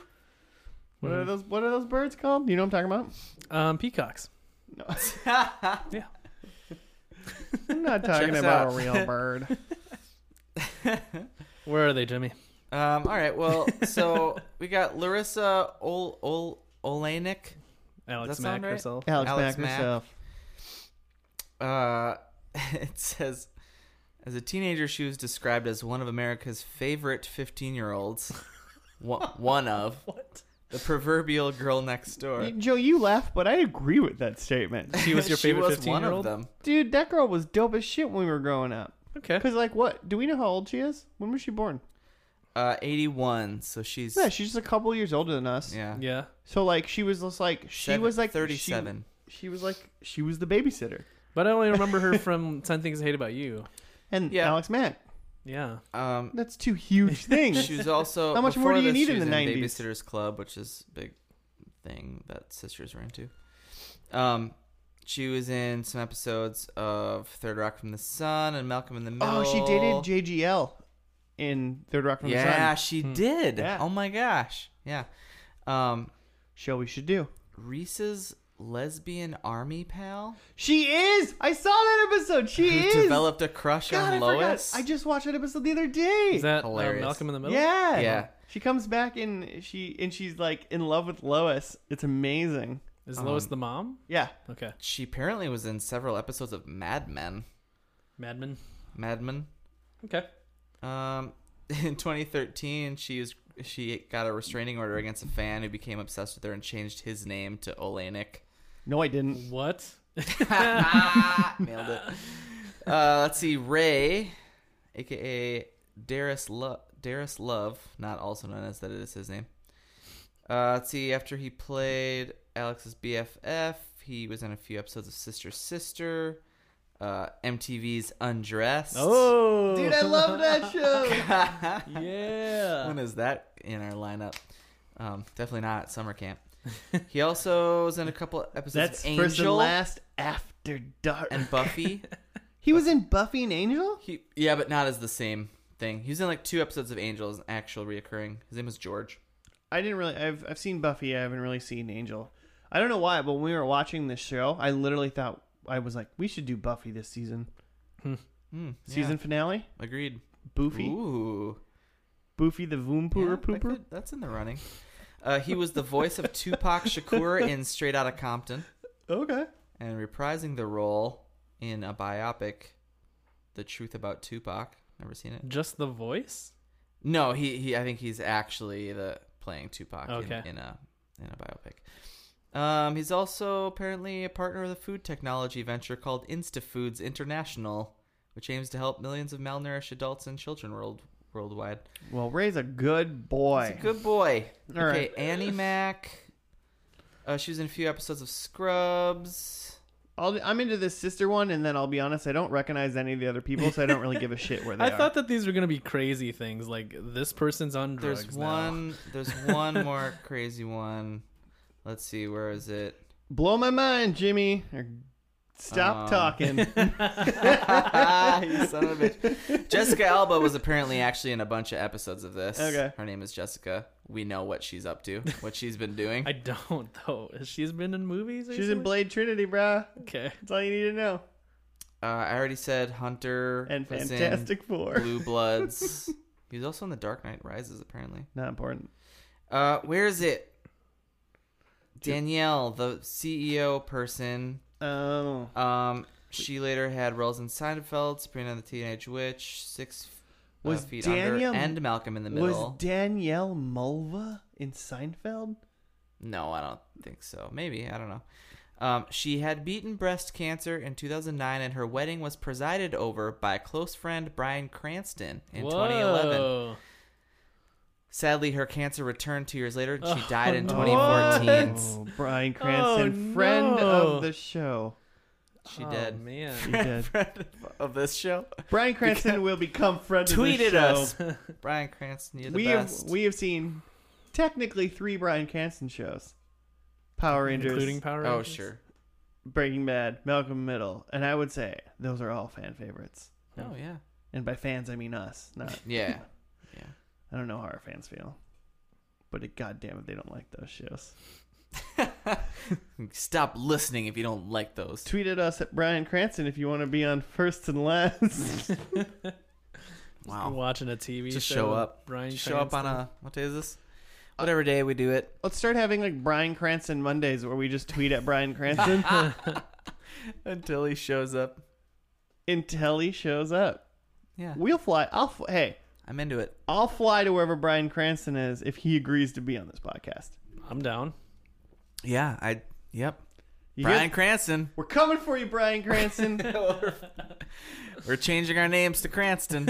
S1: What are
S3: Mm-hmm.
S2: Mhm.
S1: those? What are those birds called? You know what I'm talking
S2: Um, peacocks.
S1: about?
S3: yeah,
S1: No, I'm
S3: <laughs>
S1: not talking
S3: us
S1: about
S3: out.
S1: a real
S3: <laughs>
S1: bird.
S2: Where are they, Jimmy?
S3: Um, all right. Well, so we got Larissa Ol Ol Olenek.
S2: Alex
S3: that
S2: Mack
S3: sound right? <laughs>
S2: herself.
S1: Alex, Mack
S3: Alex Mack.
S1: herself.
S3: Uh, <laughs> it says, as a teenager, she was described as one of America's favorite 15 year olds. one, one of.
S2: What?
S3: The proverbial girl next door.
S1: Joe, you laugh, but I agree with that statement, <laughs>
S2: She
S3: <laughs>
S2: was your favorite
S3: was
S2: 15
S3: one
S2: year
S3: of
S2: old?
S3: them.
S1: dude. That girl was dope as shit when we were growing up.
S2: Okay.
S1: Cause like, what? Do we know how old she is? When was she born?
S3: Uh, 81, so she's.
S1: Yeah, she's just a couple years older than us.
S3: yeah.
S2: Yeah.
S1: So like she was just like she
S3: Seven-
S1: was like she-
S3: 37.
S1: She, was like she was the babysitter
S2: But I only remember her from <laughs> 10 Things I Hate About You.
S1: and
S3: Yeah.
S1: Alex Mack.
S2: Yeah.
S1: <laughs>
S3: Um,
S1: That's two
S3: <laughs>
S1: huge things.
S3: she was also.
S1: How much more do
S3: before
S1: you
S3: this,
S1: need
S3: she
S1: in
S3: was
S1: the 90s?
S3: Babysitter's Club, which is a big thing that sisters were into. Um, she was in some episodes of Third Rock from the Sun and Malcolm in the Middle.
S1: oh, she dated JGL in Third Rock from
S3: yeah,
S1: the Sun.
S3: she did.
S1: Yeah.
S3: Oh my gosh. Yeah. Um,
S1: Show we should do.
S3: Reese's lesbian army pal
S1: She is. I saw that episode. She
S3: who
S1: is.
S3: developed a crush
S1: God, I
S3: on
S1: forgot.
S3: Lois.
S1: I just watched that episode the other day.
S2: Is that um,
S3: Hilarious.
S2: Malcolm in the Middle?
S1: yeah.
S3: Yeah.
S1: She comes back and she and she's like in love with Lois. It's amazing.
S2: Is Lois
S3: Um,
S2: the mom?
S1: Yeah.
S2: Okay.
S3: she apparently was in several episodes of Mad Men.
S2: Mad Men.
S3: Mad Men.
S2: Okay.
S3: Um, <laughs> in 2013, she was she got a restraining order against a fan who became obsessed with her and changed his name to Olenek.
S1: No, I didn't.
S2: What? <laughs>
S3: <laughs> Nailed it. Uh, let's see, Ray, aka Darius Love, Darius Love, not also known as that is his name. Uh, let's see, after he played Alex's BFF, he was in a few episodes of Sister Sister, uh, MTV's Undressed. <laughs>
S2: Oh.
S1: Dude, <laughs> I love that show.
S2: yeah.
S3: when is that in our lineup? Um, definitely not summer
S1: <laughs>
S3: camp. He also was in a couple episodes
S1: That's
S3: of
S1: first and
S3: Angel and,
S1: last after dark. <laughs>
S3: Buffy.
S1: He was in Buffy and Angel?
S3: He yeah, but not as the same thing. He was in like two episodes of Angels, an actual reoccurring. His name was George.
S1: I didn't really. I've I've seen Buffy. I haven't really seen Angel. I don't know why, but when we were watching this show, I literally thought I was like, we should do Buffy this season.
S3: Hmm, yeah.
S1: Season finale,
S3: agreed.
S1: Boofy,
S3: Ooh,
S1: Boofy the Voom
S3: Yeah,
S1: Pooper
S3: that
S1: Pooper.
S3: could- that's in the running. Uh, he was the voice of Tupac Shakur in Straight Outta Compton,
S1: Okay.
S3: and reprising the role in a biopic, "The Truth About Tupac." Never seen it.
S2: Just the voice?
S3: No, he, he I think he's actually the playing Tupac
S2: Okay.
S3: in, in a in a biopic. Um, he's also apparently a partner of the food technology venture called InstaFoods International, which aims to help millions of malnourished adults and children world worldwide.
S1: Well, Ray's a good boy.
S3: He's a good boy.
S1: All
S3: okay,
S1: right.
S3: Annie Mac. Uh, she was in a few episodes of Scrubs.
S1: I'll, I'm into this sister one, and then I'll be honest, I don't recognize any of the other people, so I don't
S3: <laughs>
S1: really give a shit where they
S2: I
S1: are.
S2: thought that these were going to be crazy things like this person's on drugs.
S3: There's
S2: now.
S3: one. There's one more <laughs> crazy one. Let's see. Where is it?
S1: Blow my mind, Jimmy. Or stop
S3: Um, <laughs>
S1: talking.
S3: you son of a
S1: <laughs>
S3: bitch. Jessica Alba was apparently actually in a bunch of episodes of this.
S1: Okay.
S3: Her name is Jessica. We know what she's up to, what she's been doing.
S1: <laughs>
S2: <laughs> I don't though. She's been in movies.
S1: She's in
S2: recently?
S1: Blade Trinity, bruh.
S2: Okay.
S1: That's all you need to know.
S3: Uh, I already said Hunter
S1: And
S3: was in
S1: Fantastic Four.
S3: Blue
S1: <laughs>
S3: Bloods. he was also in The Dark Knight Rises, apparently.
S1: Not important.
S3: Uh, where is it? Danielle, the CEO person.
S1: Oh.
S3: Um, she later had roles in Seinfeld, Sabrina the Teenage Witch, Six uh,
S1: Was
S3: Feet
S1: Danielle-
S3: Under, and Malcolm in the Middle.
S1: Was Danielle Mulva in Seinfeld?
S3: No, I don't think so. Maybe I don't know. Um, she had beaten breast cancer in 2009, and her wedding was presided over by close friend Brian Cranston in 2011.
S2: Whoa.
S3: Sadly, her cancer returned two years later, and she
S2: Oh,
S3: died in
S2: no.
S3: 2014.
S1: Oh, Brian Cranston,
S2: Oh,
S1: friend
S2: no.
S1: of the show.
S3: She
S2: oh,
S3: did.
S2: Man.
S1: She did.
S3: Friend of this show,
S1: Brian Cranston will become friend of the
S3: tweeted
S1: show. <laughs>
S3: us, Brian Cranston. You're the
S1: we
S3: best.
S1: have we have seen technically three Brian Cranston shows: Power Rangers,
S2: Including Power
S3: oh
S2: Rangers.
S3: sure.
S1: Breaking Bad, Malcolm in the Middle, and I would say those are all fan favorites.
S3: Oh yeah.
S1: And by fans, I mean us. Not
S3: Yeah.
S1: I don't know how our fans feel, but it, goddamn it, they don't like those shows.
S3: Stop listening if you don't like those.
S1: Tweet at us at Brian Cranston if you want to be on first and last.
S3: Wow.
S2: Watching a TV
S3: Just
S2: show.
S3: show
S2: with
S3: up.
S2: Brian
S3: Show up on
S2: Cranston.
S3: a what day is this? Whatever day we do it.
S1: Let's start having like Brian Cranston Mondays where we just tweet at Brian
S2: <laughs>
S1: Cranston
S3: until he shows up.
S1: until he shows up.
S3: Yeah,
S1: We'll fly. I'll fl- hey,
S3: I'm into it.
S1: I'll fly to wherever Brian Cranston is if he agrees to be on this podcast.
S2: I'm down.
S3: Yeah, I. Yep,
S1: You
S3: Brian
S1: guys-
S3: Cranston.
S1: we're coming for you, Brian
S2: <laughs>
S1: Cranston.
S3: We're changing our names to <laughs> Cranston.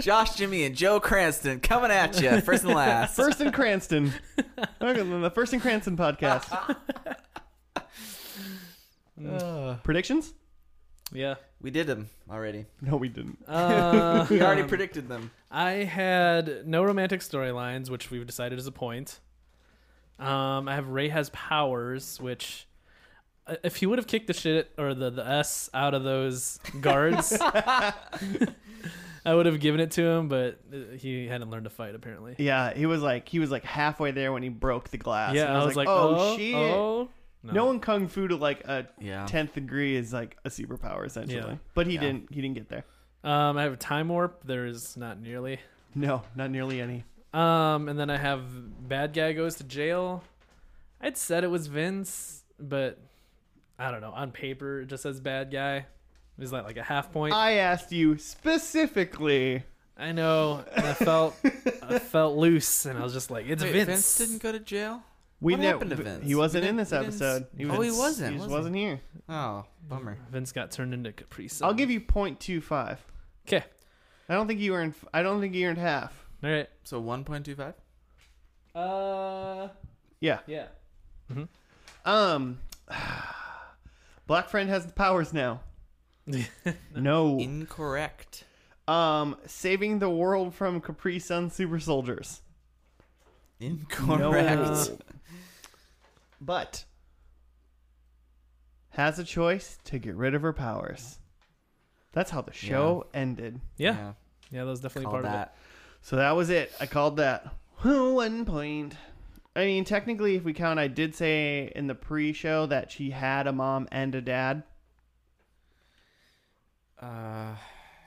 S3: Josh, Jimmy, and Joe Cranston coming at you first <laughs> and last.
S1: first and Cranston. Okay, then the First and Cranston
S2: <laughs>
S1: podcast. Predictions?
S2: Mm.
S3: <laughs>
S2: Yeah.
S3: we did them already.
S1: No, we didn't.
S2: Uh,
S3: We already predicted them.
S2: I had no romantic storylines, which we've decided is a point. Um, I have Ray has powers, which uh, if he would have kicked the shit or the, the S out of those guards, <laughs> I would have given it to him, but uh, he hadn't learned to fight apparently.
S1: Yeah, he was like he was like halfway there when he broke the glass.
S2: yeah,
S1: and
S2: I was like,
S1: oh, shit.
S2: oh.
S1: No one kung fu to like a
S3: Yeah.
S1: tenth degree is like a superpower essentially.
S2: Yeah.
S1: But he
S3: Yeah.
S1: didn't. He didn't get there.
S2: Um, I have time warp. There is not nearly.
S1: No, not nearly any.
S2: Um, and then I have bad guy goes to jail. I'd said it was Vince, but I don't know. On paper, it just says bad guy. Is that like a half point?
S1: I
S2: I,
S1: asked you specifically.
S2: know. And I felt I felt loose, and I was just like, it's
S3: Wait,
S2: Vince.
S3: Vince didn't go to jail.
S1: We
S3: What
S1: ne-
S3: happened to Vince?
S1: He wasn't
S3: We
S1: in
S3: didn't-
S1: this
S3: we didn't-
S1: episode.
S3: Oh, he wasn't,
S1: He just
S3: was he?
S1: wasn't here.
S3: Oh, bummer.
S2: Vince got turned into Capri Sun.
S1: I'll give you 0.25.
S2: Okay.
S1: I don't think you earned. I don't think you earned half.
S2: All right.
S3: So 1.25.
S2: Uh.
S1: Yeah.
S2: Yeah.
S1: Um. <sighs> Black friend has the powers now. no.
S3: Incorrect.
S1: Um. Saving the world from Capri Sun super soldiers.
S3: Incorrect.
S1: <laughs> But has a choice to get rid of her powers. That's how the show ended.
S2: Yeah. Yeah. that was definitely
S3: Call
S2: part of it.
S3: that.
S1: So that was it. I called that one point. I mean, technically, if we count, I did say in the pre-show that she had a mom and a dad.
S3: Uh,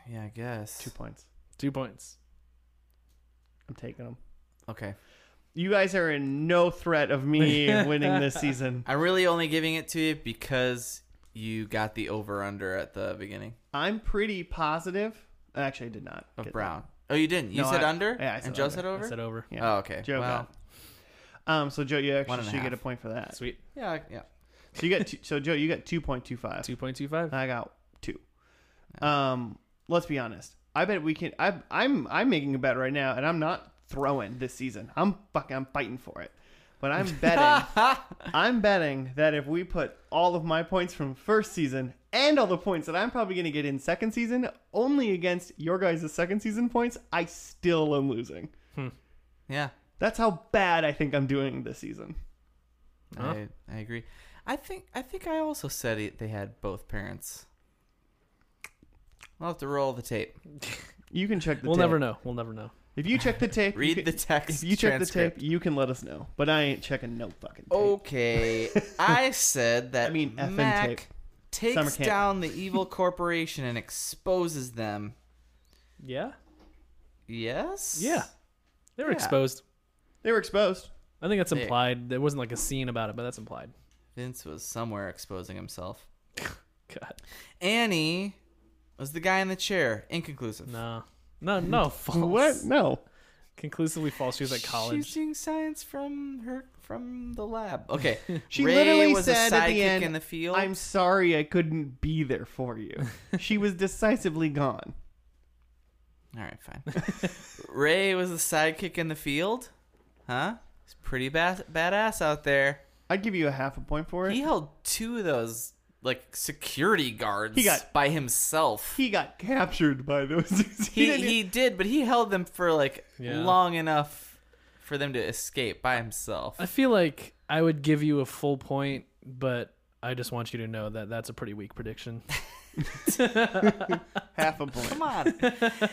S3: yeah, I guess.
S1: Two points.
S2: Two points.
S1: I'm taking them.
S3: Okay.
S1: You guys are in no threat of
S3: <laughs>
S1: me winning this season.
S3: I'm really only giving it to you because you got the over under at the beginning
S1: I'm pretty positive. Actually, I did not.
S3: of
S1: get
S3: Brown. Oh, you didn't. You
S1: No,
S3: said
S1: I-
S3: under.
S1: yeah, I said
S3: and Joe
S1: under.
S3: said
S2: I
S3: over.
S2: said over.
S1: Yeah.
S3: Oh, okay.
S1: that. Joe
S3: wow.
S1: got. Um. So Joe, you
S3: One
S1: actually
S3: and a
S1: should
S3: half.
S1: get a point for that.
S2: Sweet.
S3: Yeah, I- yeah.
S1: So you got. Two, so Joe, you got two point two five.
S2: Two point two five.
S1: I got two. Um, let's be honest. I bet we can. I, I'm I'm making a bet right now, and I'm not throwing this season. I'm fucking I'm fighting for it. But I'm
S2: <laughs>
S1: betting. I'm betting that if we put all of my points from first season and all the points that I'm probably going to get in second season only against your guys' second season points, I still am losing.
S3: Yeah.
S1: That's how bad I think I'm doing this season.
S2: Huh?
S3: I, I agree. I think I think I also said it, they had both parents. I'll have to roll the tape.
S1: You can check the
S2: We'll
S1: tape.
S2: never know. We'll never know.
S1: If you check the tape, you
S3: Read
S1: can-
S3: the text.
S1: If you check
S3: transcript. Oh.
S1: the tape, you can let us know. But I ain't checking no fucking tape.
S3: Okay,
S1: <laughs>
S3: I said that.
S1: I mean, effing
S3: Mac
S1: tape. Summer
S3: takes
S1: camp.
S3: down the evil corporation and exposes them.
S2: Yeah.
S3: Yes.
S2: Yeah. They were
S3: Yeah.
S2: exposed.
S1: They were exposed.
S2: I think that's
S3: They-
S2: implied. There wasn't like a scene about it, but that's implied. <laughs>
S3: Vince was somewhere exposing himself.
S2: God.
S3: Annie was the guy in the chair. Inconclusive.
S2: No. No, no, false.
S3: Oh,
S1: What? No.
S2: Conclusively false. She was at college.
S3: She's doing science from her from the lab. Okay.
S1: <laughs> She
S3: Ray
S1: literally
S3: was
S1: said
S3: a
S1: at
S3: sidekick
S1: the end,
S3: in the field.
S1: I'm sorry I couldn't be there for you.
S3: <laughs>
S1: she was decisively gone.
S3: All right, fine.
S1: <laughs>
S3: Ray was the sidekick in the field, huh? He's pretty bad, badass out there.
S1: I'd give you a half a point for it.
S3: He
S1: He,
S3: held two of those like security guards
S1: He got-
S3: by himself.
S1: got captured by those. <laughs>
S3: He
S1: didn't-
S3: he did, but he held them for like
S2: Yeah.
S3: long enough for them to escape by himself.
S2: I feel like I would give you a full point, but I just want you to know that that's a pretty weak prediction.
S1: half a point.
S3: Come on.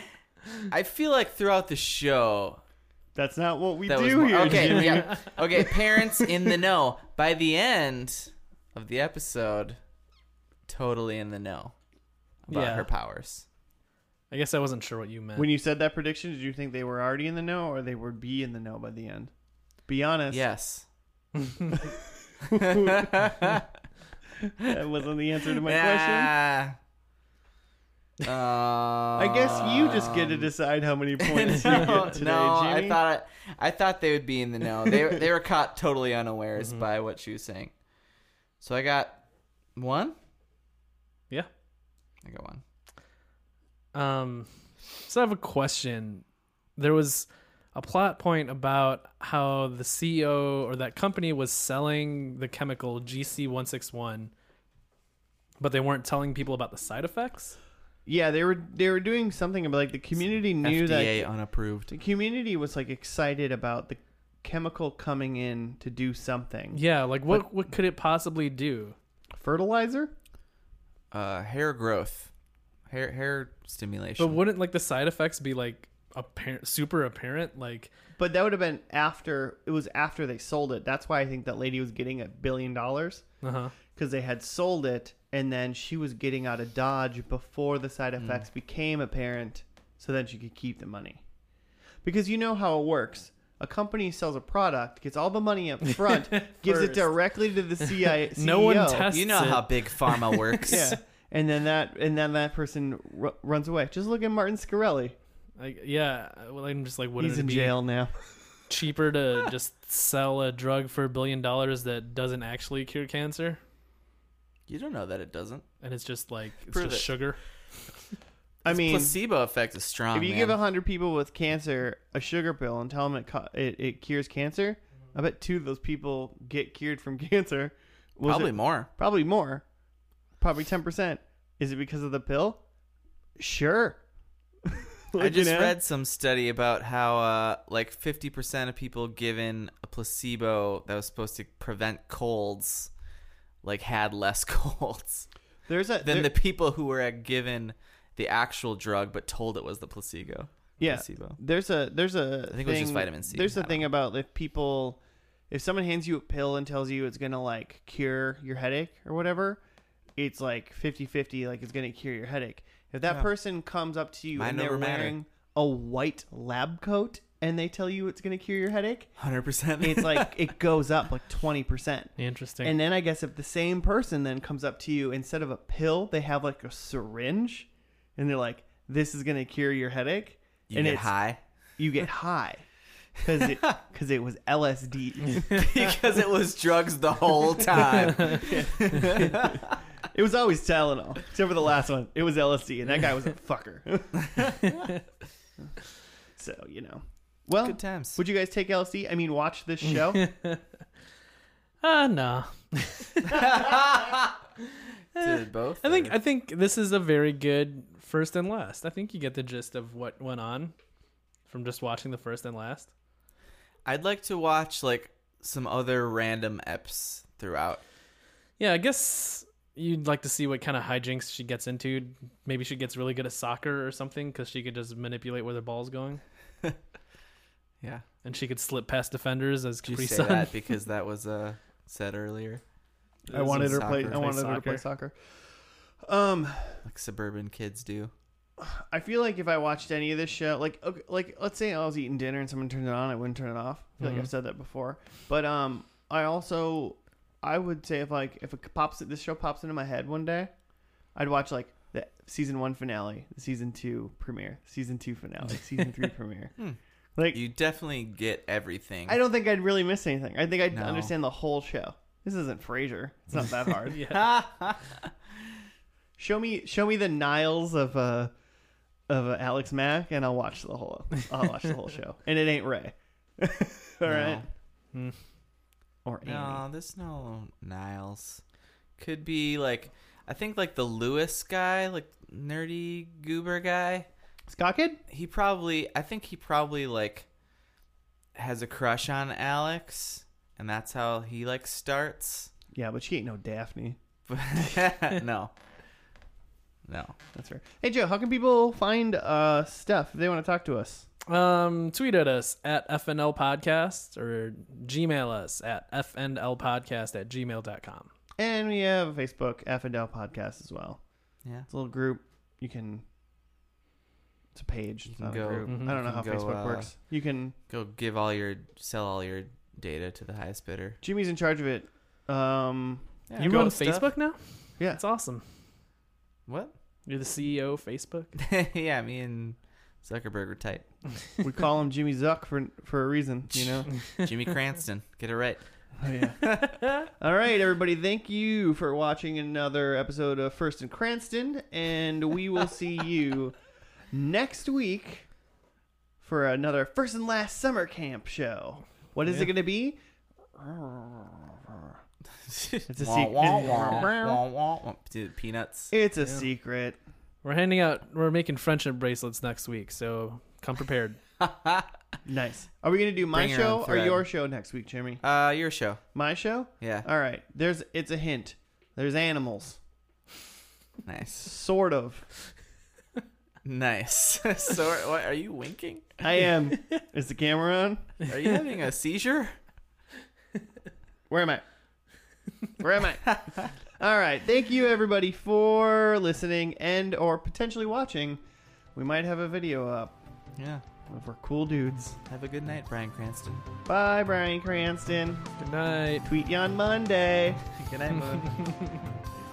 S3: <laughs> I feel like throughout the show
S1: That's not what we
S3: that was
S1: do
S3: more,
S1: here.
S3: okay.
S1: Jimmy. <laughs>
S3: Yeah. Okay, parents in the know. By the end of the episode, totally in the know about
S2: Yeah.
S3: her powers.
S2: I guess I wasn't sure what you meant.
S1: When you said that prediction, did you think they were already in the know or they would be in the know by the end? Be honest.
S3: Yes. <laughs>
S1: That wasn't the answer to <laughs>
S3: <laughs>
S1: my question.
S3: Ah.
S1: I guess you just get to
S3: Um,
S1: decide how
S3: <laughs>
S1: many points you
S3: no,
S1: get today,
S3: no, I
S1: Jimmy.
S3: thought I thought they would be in the know. They were- they were caught totally unawares
S1: Mm-hmm.
S3: by what she was saying. So I got one.
S2: yeah.
S3: I got one.
S2: Um, so I have a question. There was a plot point about how the CEO or that company was selling the chemical GC161, but they weren't telling people about the side effects.
S1: Yeah, they were they were doing something about like the community knew
S3: FDA
S1: that
S3: unapproved.
S1: the community was like excited about the chemical coming in to do something.
S2: Yeah, like what what could it possibly do?
S1: Fertilizer?
S3: Uh, hair growth, hair hair
S2: But
S3: stimulation.
S2: wouldn't like the side effects be like apparent, super apparent? Like
S1: But that would have been after it was after they sold it. That's why I think that lady was getting a billion dollars
S2: uh huh.
S1: because they had sold it and then she was getting out of dodge before the side
S2: Mm.
S1: effects became apparent so then she could keep the money. Because you know how it works. A company sells a product, gets all the money
S2: <laughs>
S1: up front, gives it
S2: First.
S1: directly to the CIA.
S2: <laughs> No one
S1: CEO.
S2: tests
S3: you know
S2: it.
S3: how big
S1: <laughs>
S3: pharma works.
S1: yeah. E And then that and then that person r- runs away. Just look at Martin Scarelli.
S2: Like yeah, well, I'm just like, would
S1: He's
S2: it
S1: in
S2: be
S1: jail now.
S2: cheaper
S1: <laughs>
S2: to just sell a drug for a billion dollars that doesn't actually cure cancer?
S3: You don't know that it doesn't.
S2: and it's just like it's
S3: Prove
S2: just
S3: it.
S2: sugar.
S1: I
S3: This
S1: mean,
S3: placebo effect is strong.
S1: if you
S3: Oh, man.
S1: give give hundred people with cancer a sugar pill and tell them it, co- it it cures cancer, I bet two of those people get cured from <laughs> cancer. Was
S3: probably
S1: it-
S3: more.
S1: probably more, probably ten percent. Is it because of the pill? Sure. <laughs> Like,
S3: I
S1: <laughs> you
S3: just
S1: know?
S3: read some study about how uh, like fifty percent of people given a placebo that was supposed to prevent colds, like had less <laughs> colds
S1: there's a
S3: than
S1: there-
S3: the people who were given the actual drug but told it was the placebo.
S1: Yeah.
S3: placebo.
S1: There's a there's a
S3: I think it
S1: thing,
S3: was just vitamin C.
S1: There's
S3: I
S1: a
S3: don't
S1: thing about if people if someone hands you a pill and tells you it's going to like cure your headache or whatever, it's like 50-50 like it's going to cure your headache. If that
S3: Yeah.
S1: person comes up to you
S3: Mind
S1: and they're
S3: over matter.
S1: wearing a white lab coat and they tell you it's going to cure your
S3: <laughs>
S1: headache,
S3: Hundred percent.
S1: it's like it goes up like 20%.
S2: Interesting.
S1: And then I guess if the same person then comes up to you instead of a pill, they have like a syringe, and they're like, "This is gonna cure your headache,"
S3: <laughs> you
S1: and
S3: get
S1: it's- <laughs>
S3: high
S1: you get high because it because it was <laughs> LSD.
S3: because it was drugs the
S1: <laughs>
S3: whole time.
S1: it was always Tylenol, except for the last one. It was LSD, and that guy <laughs> was a fucker. <laughs> so you know, well,
S3: Good times.
S1: would you guys take LSD? I mean, watch <laughs> this show.
S2: Ah, no.
S3: <laughs>
S1: <laughs>
S3: Did both?
S2: I think
S3: or-
S2: I think this is a very good first and last. I think you get the gist of what went on from just watching the first and last.
S3: I'd like to watch like some other random eps throughout.
S2: Yeah, I guess you'd like to see what kind of hijinks she gets into. Maybe she gets really good at soccer or something because she could just manipulate where the ball's going,
S3: Yeah.
S2: and she could slip past defenders as
S3: Did
S2: Capri
S3: you say
S2: Sun. <laughs>
S1: <laughs>
S3: that because that was uh, said earlier?
S1: I wanted her to play.
S3: Soccer.
S1: I wanted her to play soccer. Um.
S3: Like suburban kids do.
S1: I feel like if I watched any of this show, like okay, like let's say I was eating dinner and someone turned it on, I wouldn't turn it off. I feel
S2: Mhm.
S1: like I've said that before, but um, I also I would say if like if it pops this show pops into my head one day, I'd watch like the season one finale, the season two premiere, season two
S3: <laughs>
S1: finale, season three premiere.
S3: Hmm.
S1: Like
S3: You definitely get everything.
S1: I don't think I'd really miss anything. I think I'd
S3: No.
S1: understand the whole show. This isn't Frasier. It's not that hard.
S2: yeah,
S3: don't.
S1: Show me show me the Niles of uh of uh, Alex Mack and I'll watch the whole I'll watch the whole
S3: <laughs>
S1: show. And it ain't Ray. <laughs> All
S3: No.
S1: right.
S2: Hmm.
S1: Or Annie.
S3: No, there's no Niles. Could be like I think like the Lewis guy, like nerdy goober guy.
S1: Scott Kid?
S3: He probably I think he probably like has a crush on Alex and that's how he like starts. <laughs>
S1: Yeah, but she ain't no Daphne.
S3: But no. No.
S1: That's her. Hey Joe, how can people find uh stuff if they want to talk to us?
S2: Um, tweet at us at FNL Podcast or Gmail us at FNL Podcast at gmail.com.
S1: And we have a Facebook F and L podcast as well.
S3: Yeah.
S1: It's a little group. You can it's a page.
S3: You
S1: It's
S3: can
S1: not a
S3: go-
S1: group.
S2: Mhm.
S1: I don't know
S3: you
S1: how
S3: can go,
S1: Facebook
S3: uh,
S1: works. You can
S3: Go give all your sell all your data to the highest bidder.
S1: Jimmy's in charge of it. Um
S3: Yeah,
S2: You're
S1: go
S2: on
S1: with stuff.
S2: Facebook now?
S1: Yeah.
S2: That's awesome.
S3: What?
S2: You're the CEO of Facebook.
S3: <laughs> yeah, me and Zuckerberg were tight.
S1: we call him Jimmy Zuck for for a reason, you
S3: <laughs>
S1: know.
S3: Jimmy Cranston, get it right.
S1: Oh, yeah. All right, everybody. Thank you for watching another episode of First and Cranston, and we will see you next week for another First and Last Summer Camp show. What is
S2: Yeah.
S1: it going to be? It's a secret.
S3: Dude, peanuts.
S1: It's a secret.
S2: We're handing out, we're making friendship bracelets next week, so come prepared.
S1: Nice. Are we going to do my
S3: Bring your
S1: show
S3: own
S1: or
S3: thread.
S1: your show next week, Jimmy?
S3: Uh, your show.
S1: My show.
S3: Yeah.
S1: All right. There's. It's a hint. There's animals.
S3: Nice.
S1: Sort of.
S3: Nice. <laughs> so, are- what, are you winking?
S1: I
S3: <laughs>
S1: am. is the camera on?
S3: Are you having a seizure?
S1: Where am I? Where am I? All right. Thank you everybody for listening and or potentially watching. We might have a video up
S3: Yeah.
S1: if we're cool dudes.
S3: Have a good night, Brian Cranston.
S1: Bye, Brian Cranston.
S2: Good night.
S1: Tweet you on Monday.
S3: Good night, Moon.